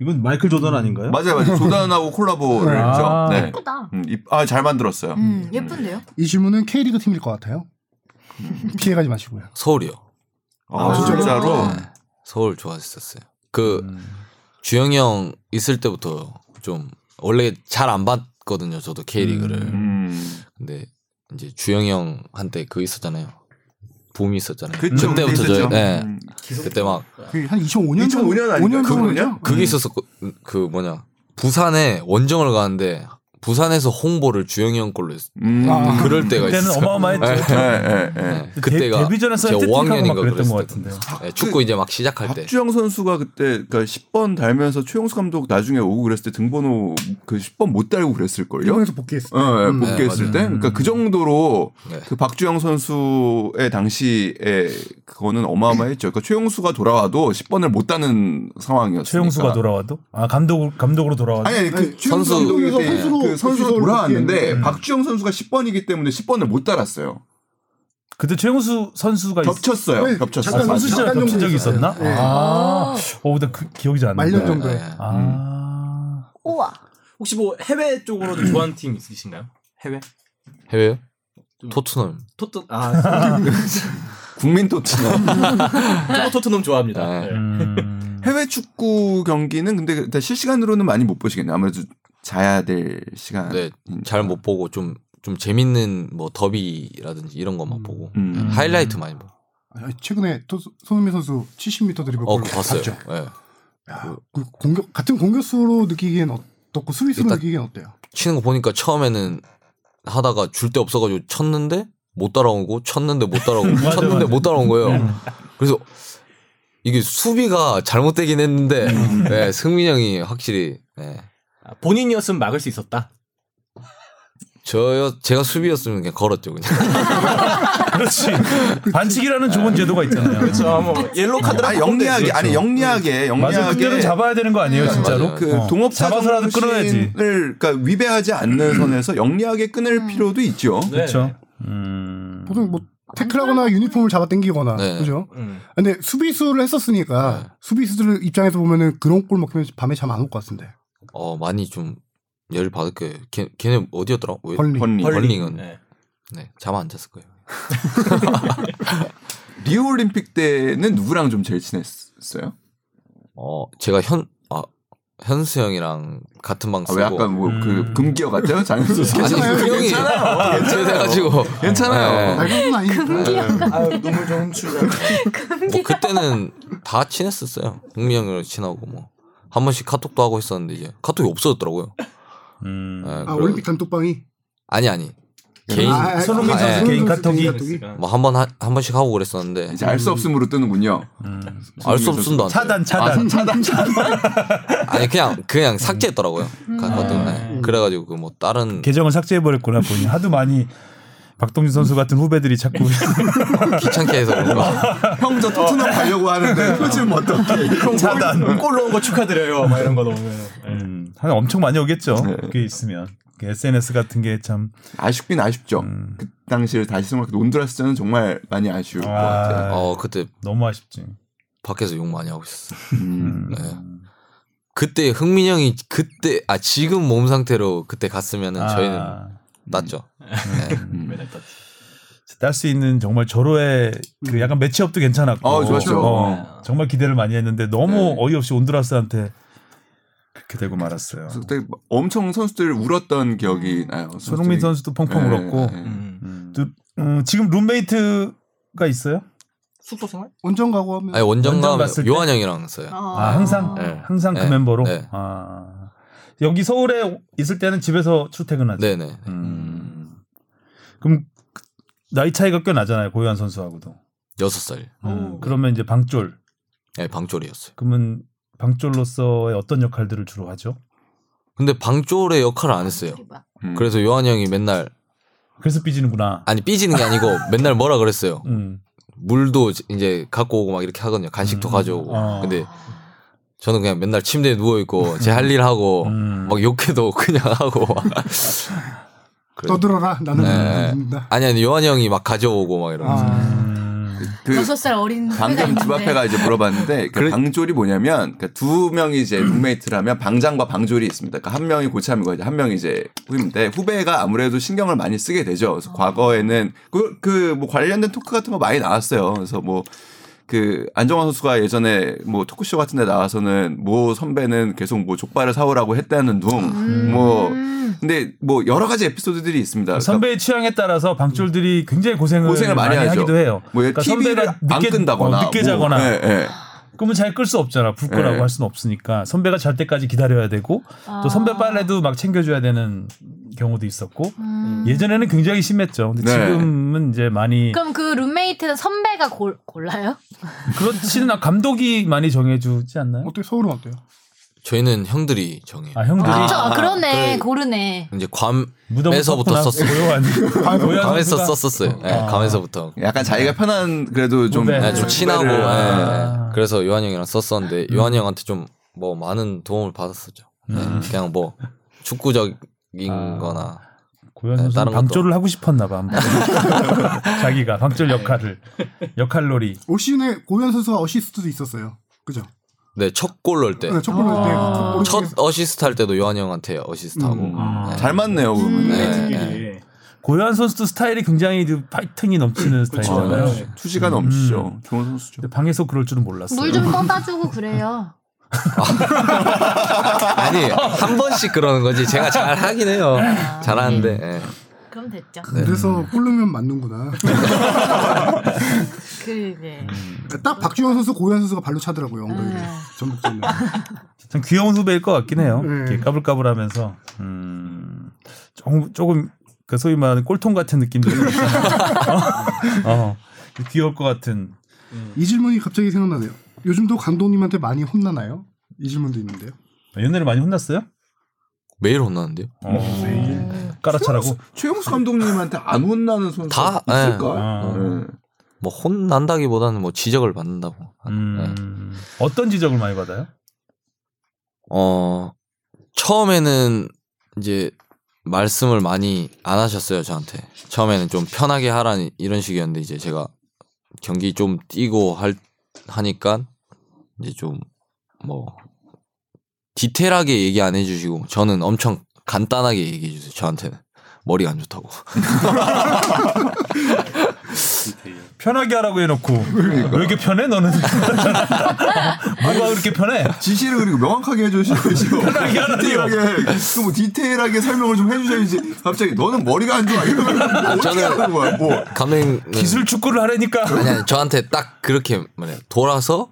S2: 이건 마이클 조던 아닌가요?
S3: 맞아요, 맞아요. 조단하고 콜라보를 했죠.
S2: 아.
S3: 네.
S5: 예쁘다.
S3: 음, 입- 아, 잘 만들었어요.
S5: 음, 예쁜데요?
S6: 이 질문은 K리그 팀일 것 같아요. 피해가지 마시고요.
S7: 서울이요.
S3: 아, 진짜로?
S7: 네, 서울 좋아했었어요.
S2: 음.
S7: 그 주영이 형 있을 때부터 좀 원래 잘 안 봤거든요. 저도 K리그를.
S3: 음.
S7: 근데 이제 주영이 형 한때 그 있었잖아요. 붐이 있었잖아요. 그
S3: 그쵸,
S7: 때부터
S3: 그랬었죠.
S7: 저희 네.
S3: 음.
S7: 그때 막
S6: 그게 한 2005년 전
S3: 2005년 아닌가요?
S6: 5년
S3: 그거냐?
S6: 전이죠.
S7: 그게 있었었고 그 뭐냐 부산에 원정을 가는데 부산에서 홍보를 주영이 형 걸로 했어.
S3: 음.
S6: 아.
S7: 그럴 때가
S2: 그때는
S7: 있었어요.
S2: 어마어마했죠.
S3: 예, 예, 예.
S7: 네.
S2: 데-
S7: 그때가
S2: 데뷔 전에
S7: 제가
S2: 셀틱하고 막
S7: 5학년인가
S2: 그랬던 것
S7: 그랬을
S2: 같은데.
S7: 때. 네, 축구 이제 막 시작할 때.
S3: 박주영 선수가 그때 그러니까 10번 달면서 최용수 감독 나중에 오고 그랬을 때 등번호 그 10번 못 달고 그랬을 걸요.
S6: 일본에서 복귀했어.
S3: 어, 예,
S6: 음.
S3: 복귀했을
S2: 네,
S3: 때,
S2: 맞아요.
S3: 그러니까 그 정도로
S7: 네.
S3: 그 박주영 선수의 당시에 그거는 어마어마했죠. 그러니까 최용수가 돌아와도 10번을 못 따는 상황이었어요.
S7: 그러니까.
S2: 최용수가 돌아와도 아 감독 감독으로 돌아와도
S3: 아니, 아니 그
S7: 선수-
S6: 감독에서
S7: 예,
S6: 선수로
S3: 그 선수로
S6: 복귀를
S3: 돌아왔는데
S6: 했는데.
S3: 박주영 선수가 10번이기 때문에 10번을 못 달았어요.
S2: 그때 최용수 선수가 있-
S3: 겹쳤어요.
S6: 네,
S3: 겹쳤어요.
S2: 아,
S6: 잠깐
S2: 선수 시절
S6: 잠깐
S2: 겹친 적이
S6: 정도
S2: 있었나?
S6: 있어요. 예.
S2: 아, 어, 근데 그 기억이 잘 안
S6: 말년
S2: 나는데.
S6: 정도. 정도에.
S7: 네.
S2: 아,
S5: 우와.
S4: 혹시 뭐 해외 쪽으로 좀 좋아하는 팀 있으신가요? 해외?
S7: 해외요?
S4: 좀-
S7: 토트넘.
S4: 토트 아 [LAUGHS]
S3: 국민 토트넘.
S4: 저도 토트넘 좋아합니다.
S7: 아,
S4: 네.
S2: 음,
S3: 해외 축구 경기는 근데 그 일단 실시간으로는 많이 못 보시겠네요. 아무래도 자야 될 시간.
S7: 네, 잘 못 보고 좀 좀 재밌는 뭐 더비라든지 이런 것만 보고
S3: 음.
S7: 하이라이트 많이 보고.
S6: 아, 최근에 또 손흥민 선수 70m 드리블
S7: 어,
S6: 골
S7: 그거 봤어요.
S6: 봤죠.
S7: 예.
S2: 아.
S6: 야, 그 공격 같은 공격수로 느끼기엔 어떻고 수비수로
S7: 일단-
S6: 느끼기엔 어때요?
S2: 음.
S7: 치는 거 보니까 처음에는 하다가 줄 데 없어가지고 쳤는데 못 따라오고 쳤는데 못 따라오고
S2: 맞아,
S7: 쳤는데
S2: 맞아.
S7: 못 따라온 거예요. 그래서 이게 수비가 잘못되긴 했는데 예, 승민 형이 확실히 예.
S4: 아, 본인이었으면 막을 수 있었다.
S7: 저 제가 수비였으면 그냥 걸었죠 그냥.
S2: 그렇지. 반칙이라는 좋은 제도가 있잖아요.
S4: 그렇죠. 뭐 옐로
S3: 아 영리하게 아니 영리하게
S2: 맞아,
S3: 영리하게
S2: 그때는 잡아야 되는 거 아니에요, 진짜로?
S7: 맞아요.
S3: 뭐 그
S2: 어.
S3: 동업자
S2: 잡아서라도
S3: 정신을
S2: 끊어야지. 음.
S3: 그러니까 위배하지 않는 선에서 영리하게 끊을 필요도 있죠.
S4: 네.
S2: 그렇죠.
S3: 네.
S2: 음.
S6: 보통 뭐 태클하거나 유니폼을 잡아당기거나
S7: 네.
S6: 그죠?
S4: 음.
S6: 근데 수비수를 했었으니까
S2: 네.
S6: 수비수들 입장에서 보면은 그런 골 먹히면 밤에 잠 안 올 것 같은데.
S7: 어 많이 좀 열 받을 거예요. 걔, 걔네 어디였더라? 왜?
S6: 벌리.
S3: 번리.
S7: 벌링은
S4: 네.
S7: 네, 잠 안 잤을 거예요.
S3: 리우 올림픽 때는 누구랑 좀 제일 친했어요? 아,
S7: 어 제가 현 아, 현수 형이랑 같은 방
S3: 아,
S7: 쓰고
S3: 왜 약간 뭐 그
S2: 음.
S3: 금기어
S2: [LAUGHS]
S3: 같아요? 장현수 선수.
S7: 아니
S6: 괜찮아요.
S7: 그 형이 [LAUGHS] 괜찮아가지고 네,
S3: 괜찮아요.
S6: 말고는 아니니까.
S4: 아유 눈물 좋은 추가.
S7: 뭐 그때는 다 친했었어요. 흥미형이랑 친하고 뭐 한 번씩 카톡도 하고 했었는데 이제 카톡이 없어졌더라고요.
S2: 음.
S7: 예,
S6: 아
S7: 그래-
S6: 올림픽 단톡방이
S7: 아니 아니 개인
S6: 아, 아,
S2: 손흥민
S6: 아,
S2: 선수
S6: 아,
S2: 개인
S6: 선수
S2: 카톡이.
S7: 뭐 한 번 한 번씩 하고 그랬었는데
S3: 이제 알 수 없음으로 뜨는군요. 어.
S2: 음.
S7: 알 수 없음도 안 돼요.
S2: 차단, 차단.
S3: 차단 차단.
S7: 아니 그냥 그냥 삭제했더라고요. 가- 가끔, 네. 그래가지고 그 뭐 다른
S2: 계정을 삭제해버렸구나 보니 하도 많이 박동준 선수 같은 후배들이 자꾸
S7: 귀찮게 해서 그런가.
S3: 형저 토트넘 가려고 하는데 [LAUGHS] 요즘
S2: [LAUGHS]
S3: 어떻게?
S2: 차단.
S4: 골 넣은 거 어, 축하드려요. 막 이런 거 네, 넣으면.
S2: 음, 한 엄청 많이 오겠죠.
S3: 네.
S2: 그게 있으면 그 SNS 같은 게 참.
S3: 아쉽긴 아쉽죠.
S2: 음.
S3: 그 당시를 다시 생각해도 온드라스 전은 정말 많이 아쉬울 것 같아요.
S2: 아,
S7: 어 그때
S2: 너무 아쉽지.
S7: 밖에서 욕 많이 하고 있었어. 요
S3: 음.
S7: 그때 흥민 형이 그때 아 지금 몸 상태로 그때
S3: 네,
S7: 갔으면은
S2: 아, 음.
S7: 저희는 났죠.
S2: 딸수 있는 정말 절호의 그 약간 매치업도 괜찮았고.
S3: 어, 좋았죠. 네.
S2: 어, 정말 기대를 많이 했는데 너무 어이없이 온드라스한테 그렇게 되고 말았어요.
S3: 그래서 그때 엄청 선수들 울었던 기억이 나요.
S2: 손흥민 선수도 펑펑
S3: 네,
S2: 울었고.
S3: 네.
S4: 음.
S2: 또, 음, 지금 룸메이트가 있어요?
S4: 숙소 생활?
S6: 원정 가고 하면
S7: 아니 원정가
S2: 원정 갔을 때?
S7: 요한 형이랑 써요.
S2: 아,
S5: 어.
S2: 항상
S7: 네.
S2: 항상 그
S7: 네.
S2: 멤버로.
S7: 네.
S2: 아. 여기 서울에 있을 때는 집에서 출퇴근하죠.
S7: 네네.
S2: 음. 그럼 그- 나이 차이가 꽤 나잖아요. 고요한 선수하고도.
S7: 여섯 살.
S2: 음,
S5: 오.
S2: 그러면 이제 방쫄.
S7: 네, 방졸이었어요.
S2: 그러면 방쫄로서의 어떤 역할들을 주로 하죠?
S7: 근데 방졸의 역할을 안 했어요.
S3: 음.
S7: 그래서 요한 형이 맨날
S2: 그래서 삐지는구나.
S7: 아니 삐지는
S2: [LAUGHS]
S7: 게 아니고 맨날 뭐라 그랬어요.
S2: 음.
S7: 물도 이제 갖고 오고 막 이렇게 하거든요. 간식도
S2: 음.
S7: 가져오고.
S2: 아.
S7: 근데 저는 그냥 맨날 침대에 누워 있고 제 할 일 하고
S3: 뭐,
S2: 음.
S7: 막 욕해도 그냥 [LAUGHS] 하고. 그래.
S6: 떠들어라 나는
S7: 네.
S6: 모른다.
S7: 아니 아니 요한 형이 막 가져오고 막 이러면서.
S6: 아,
S2: 음.
S3: 그
S5: 여섯 살 어린 후배가
S3: 방금 집
S5: 있는데.
S3: 앞에가 이제 물어봤는데 그
S7: 그래-
S3: 방졸이 뭐냐면 그러니까 두 명이
S2: 음.
S3: 이제 룸메이트라면 방장과 방졸이 있습니다. 그러니까 한 명이 고참이고 이제 한 명이 이제 후배인데 후배가 아무래도 신경을 많이 쓰게 되죠. 그래서 과거에는 그 그 뭐 관련된 토크 같은 거 많이 나왔어요. 그래서 뭐 그 안정환 선수가 예전에 뭐 토크쇼 같은 데 나와서는 뭐 선배는 계속 뭐 족발을 사오라고 했다는 둥. 뭐 근데 뭐 여러 가지 에피소드들이 있습니다.
S2: 선배의 취향에 따라서 방출들이 굉장히 고생을,
S3: 음. 고생을 많이 하죠.
S2: 기도 해요.
S3: 뭐 TV를 안 끈다거나
S2: 어, 그러니까 늦게
S3: 뭐,
S2: 자거나
S3: 예, 예.
S2: 그러면 잘 끌 수 없잖아. 불 거라고
S3: 예.
S2: 할 수는 없으니까 선배가 잘 때까지 기다려야 되고 또 선배 빨래도 막 챙겨줘야 되는 경우도 있었고 예전에는 굉장히 심했죠. 근데
S3: 네.
S2: 지금은 이제 많이
S5: 음. 그럼 그 룸메이트는 선배가 골, 골라요?
S2: 그렇지는 않- 감독이 많이 정해주지
S3: 뭐,
S2: 않나요?
S6: 어때 서울은 어때요?
S7: 저희는 형들이 정해요.
S2: 아 형들이
S5: 그쵸,
S3: 아,
S5: 그러네,
S7: 그-
S5: 고르네.
S7: 이제 괌
S2: 무덤에서부터
S7: 에서부터 썼어요.
S2: 고요한
S3: [LAUGHS]
S2: 고요한
S7: 괌에서
S2: 선수가- 아.
S7: 썼었어요. 예, 괌에서부터.
S3: 약간 자기가 편한 그래도 좀
S2: 후배.
S7: 예, 좀
S2: 후배를-
S7: 친하고 예,
S2: 아. 음.
S7: 예. 그래서 요한 형이랑 썼었는데 요한 형한테 좀 뭐 많은 도움을 받았었죠. 예,
S2: 음.
S7: 그냥 뭐
S2: 아.
S7: 축구적인거나
S2: 고현
S7: 네,
S2: 선수
S7: 다른
S2: 는
S7: 것도.
S2: 방조를 하고 싶었나 봐.
S7: [LAUGHS]
S2: 한번. 자기가 방조 역할을 역할놀이.
S6: 올 시즌에 고현 선수가 어시스트도 있었어요. 그죠?
S7: 네, 첫 골 넣을 때.
S6: 네, 첫 번째 때.
S2: 아.
S6: 그
S7: 첫
S6: 오른쪽에서-
S7: 어시스트 할 때도 요한 형한테 어시스트 하고.
S6: 음.
S2: 아.
S3: 잘 맞네요.
S5: 음.
S3: 그러면.
S7: 네,
S3: 네.
S7: 네.
S2: 고현 선수도 스타일이 굉장히 그 파이팅이 넘치는 스타일이잖아요.
S3: 어, 네. 투지가 넘치죠.
S2: 음.
S3: 좋은 선수죠.
S2: 근데 방에서 그럴 줄은 몰랐어요.
S5: 물 좀 떠다 주고 그래요.
S7: 아니, 한 번씩 그러는 거지. 제가 잘 하긴 해요.
S2: 아.
S7: 잘 하는데.
S2: 음.
S7: 예.
S5: [LAUGHS] 그럼 됐죠.
S2: 네.
S6: 그래서 꼴르면 맞는구나.
S5: 그게.
S6: 그러니까 딱 박주영 선수, 고현 선수가 발로 차더라고요. 엉덩이.
S5: 네.
S6: 전북전에.
S2: 참 귀여운 후배일 것 같긴 해요.
S6: 네.
S2: 이렇게 까불까불하면서 음, 조금 조금 그 소위 말하는 꼴통 같은 느낌도 좀
S7: [LAUGHS]
S2: 있잖아요. 어, 어, 귀여울 것 같은.
S6: 이 질문이 갑자기 생각나네요. 요즘도 감독님한테 많이 혼나나요? 이 질문도 있는데요.
S2: 옛날에 많이 혼났어요?
S7: 매일 혼나는데요.
S2: 어,
S5: 음.
S7: 네.
S2: 깔아차라고.
S3: 최용수 감독님한테 안 혼나는 선수
S7: 다,
S3: 있을까?
S2: 예.
S3: 네.
S7: 뭐 혼난다기보다는 뭐 지적을 받는다고. 예.
S2: 음, 어떤 지적을 많이 받아요?
S7: 어, 처음에는 이제 말씀을 많이 안 하셨어요, 저한테. 처음에는 좀 편하게 하라는 이런 식이었는데 이제 제가 경기 좀 뛰고 할 하니까 이제 좀 뭐 디테일하게 얘기 안 해주시고 저는 엄청 간단하게 얘기해 주세요. 저한테는 머리가 안 좋다고.
S2: 편하게 하라고 해놓고 왜 이렇게 편해 너는 [LAUGHS] 뭐가 그렇게 편해
S3: 지시를 그리고 명확하게 해주셔야죠. 디테일하게. 그뭐 디테일하게 설명을 좀 해주셔야지. 갑자기 너는 머리가 안 좋아. 이러면 뭐 어떻게
S7: [LAUGHS] 저는-
S3: 하는 거야? 뭐.
S7: 감독님
S2: 기술 축구를 하라니까
S7: 아니 아니 저한테 딱 그렇게 말해요. 돌아서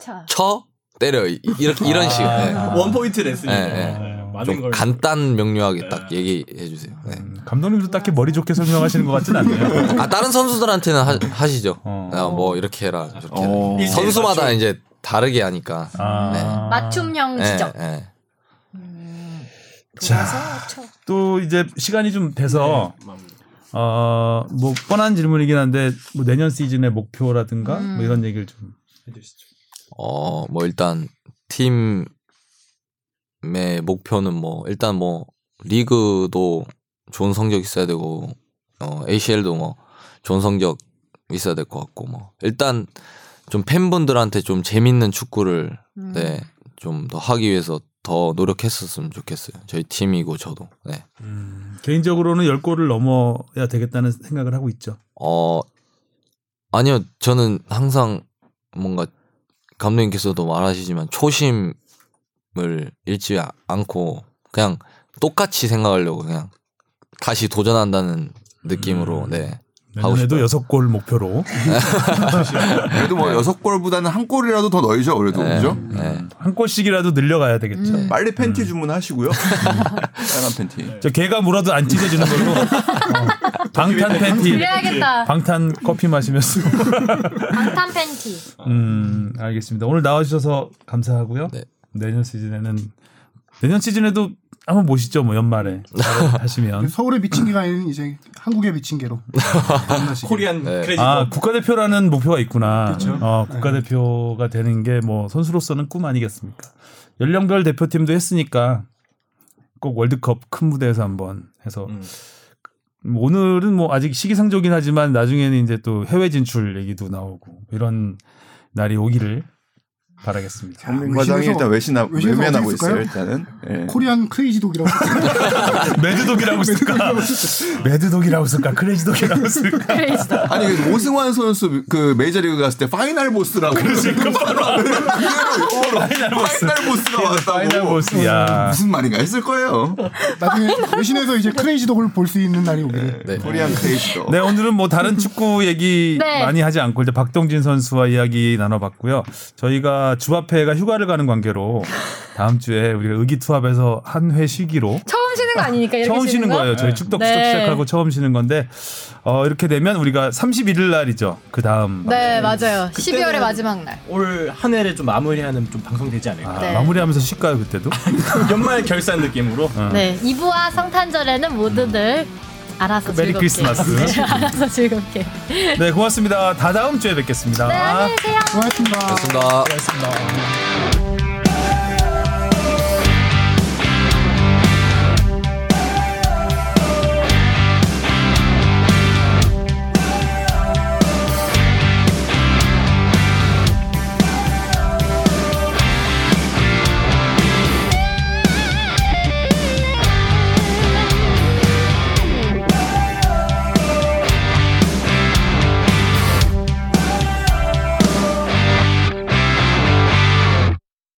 S5: 차.
S7: 쳐 때려 이- 이렇게 이런 식으로. 예.
S4: 아. 원 포인트 레슨이
S7: 예, 예.
S4: 많은
S7: 좀
S4: 걸
S7: 간단 명료하게 딱 얘기해 주세요. 네.
S2: 음, 감독님도 딱히 머리 좋게 설명하시는 것 같진 않네요
S7: 아 다른 선수들한테는 하, 시죠
S2: 어.
S7: 뭐 이렇게 해라 저렇게 해라.
S3: 어.
S7: 선수마다 이제 다르게 하니까. 네.
S2: 아.
S5: 맞춤형 지적.
S7: 예, 예.
S2: 자, 또 이제 시간이 좀 돼서 어, 뭐 뻔한 질문이긴 한데 뭐 내년 시즌의 목표라든가
S5: 음.
S2: 뭐 이런 얘기를 좀
S7: 어, 뭐 일단 팀의 목표는 뭐 일단 뭐 리그도 좋은 성적 있어야 되고 어, ACL도 뭐 좋은 성적 있어야 될 것 같고 뭐 일단 좀 팬분들한테 좀 재밌는 축구를
S5: 음.
S7: 네, 좀 더 하기 위해서 더 노력했었으면 좋겠어요. 저희 팀이고 저도. 네.
S2: 개인적으로는 10골을 넘어야 되겠다는 생각을 하고 있죠.
S7: 어 아니요 저는 항상 뭔가 감독님께서도 말하시지만 초심을 잃지 아- 않고 그냥 똑같이 생각하려고 그냥 다시 도전한다는 느낌으로 네 하고
S2: 내년에도
S7: 싶어요.
S2: 6골 목표로
S3: 그래도 뭐 여섯 골보다는 한 골이라도 더 넣으죠. 그래도
S7: 네.
S3: 그죠?
S7: 네.
S2: 한 골씩이라도 늘려가야 되겠죠.
S5: 음.
S3: 빨리 팬티
S7: [LAUGHS]
S3: 주문하시고요. 빨간 팬티.
S2: 저 개가 물어도 안 찢어지는
S5: [LAUGHS]
S2: 걸로 어,
S5: 네,
S2: 방탄 팬티
S5: 그래야겠다.
S2: 방탄 커피 마시면서
S5: 방탄 팬티.
S2: 음 알겠습니다 오늘 나와주셔서 감사하고요
S7: 네.
S2: 내년 시즌에는 내년 시즌에도 한번 보시죠 뭐 연말에 하시면
S6: 서울의 미친개가 아닌 이제 한국의 미친개로.
S4: 코리안
S7: 네.
S4: 크레딧
S2: 아 국가대표라는 목표가 있구나
S6: 그렇죠.
S2: 어, 국가대표가 되는 게 뭐 선수로서는 꿈 아니겠습니까 연령별 대표팀도 했으니까 꼭 월드컵 큰 무대에서 한번 해서
S4: 음.
S2: 오늘은 뭐 아직 시기상조긴 하지만 나중에는 이제 또 해외 진출 얘기도 나오고 이런 날이 오기를 바라겠습니다.
S3: 정민 과장이
S6: 외신에서-
S3: 일단 외신하,
S6: 외신에서
S3: 외면하고
S6: 어디
S3: 있어요.
S6: 있을까요?
S3: 일단은 예.
S6: 코리안 크레이지 독이라고.
S2: 매드독이라고 쓸까? 매드독이라고 쓸까? 크레이지독이라고 쓸까?
S3: 아니 그 오승환 선수 그 메이저리그 갔을 때 파이널 보스라고 그래서
S2: [LAUGHS]
S3: 바로 앞에 그대로 영어로
S2: 파이널 보스. 예,
S3: 파이널 보스가
S2: 파이널
S3: 왔다고
S2: 보스. 야.
S3: 무슨 말인가 했을 거예요.
S6: 나중에 외신에서 이제 크레이지 독을 볼 수 있는 날이 오길.
S7: 네.
S3: 코리안 크레이지도.
S2: 네, 오늘은 뭐 다른
S5: [LAUGHS]
S2: 축구 얘기
S5: 네.
S2: 많이 하지 않고 이제 박동진 선수와 이야기 나눠봤고요. 저희가 주합회가 휴가를 가는 관계로 다음 주에 우리가 의기투합해서 한 회 쉬기로
S5: 처음 쉬는 거 아니니까 이렇게
S2: 처음 쉬는
S5: 거?
S2: 거예요. 저희 축덕 축덕
S5: 네.
S2: 시작하고 처음 쉬는 건데 어, 이렇게 되면 우리가 31일 날이죠. 그 다음
S5: 네, 맞아요.
S4: 그때는-
S5: 12월의 마지막 날.
S4: 올 한 해를 좀 마무리하는 좀 방송 되지
S2: 아,
S4: 않을까.
S5: 네.
S2: 마무리하면서 쉴까요 그때도? 어.
S4: 연말 결산 느낌으로.
S5: 네, 이브와 성탄절에는 모두들 알아서
S2: 음. 그 메리
S5: 즐겁게.
S2: 크리스마스.
S5: 알아서 [LAUGHS] 즐겁게.
S2: 네, 고맙습니다. 다 다음 주에 뵙겠습니다.
S5: 네, 안녕히 계세요.
S6: 고맙습니다.
S7: 됐습니다.
S4: 고맙습니다.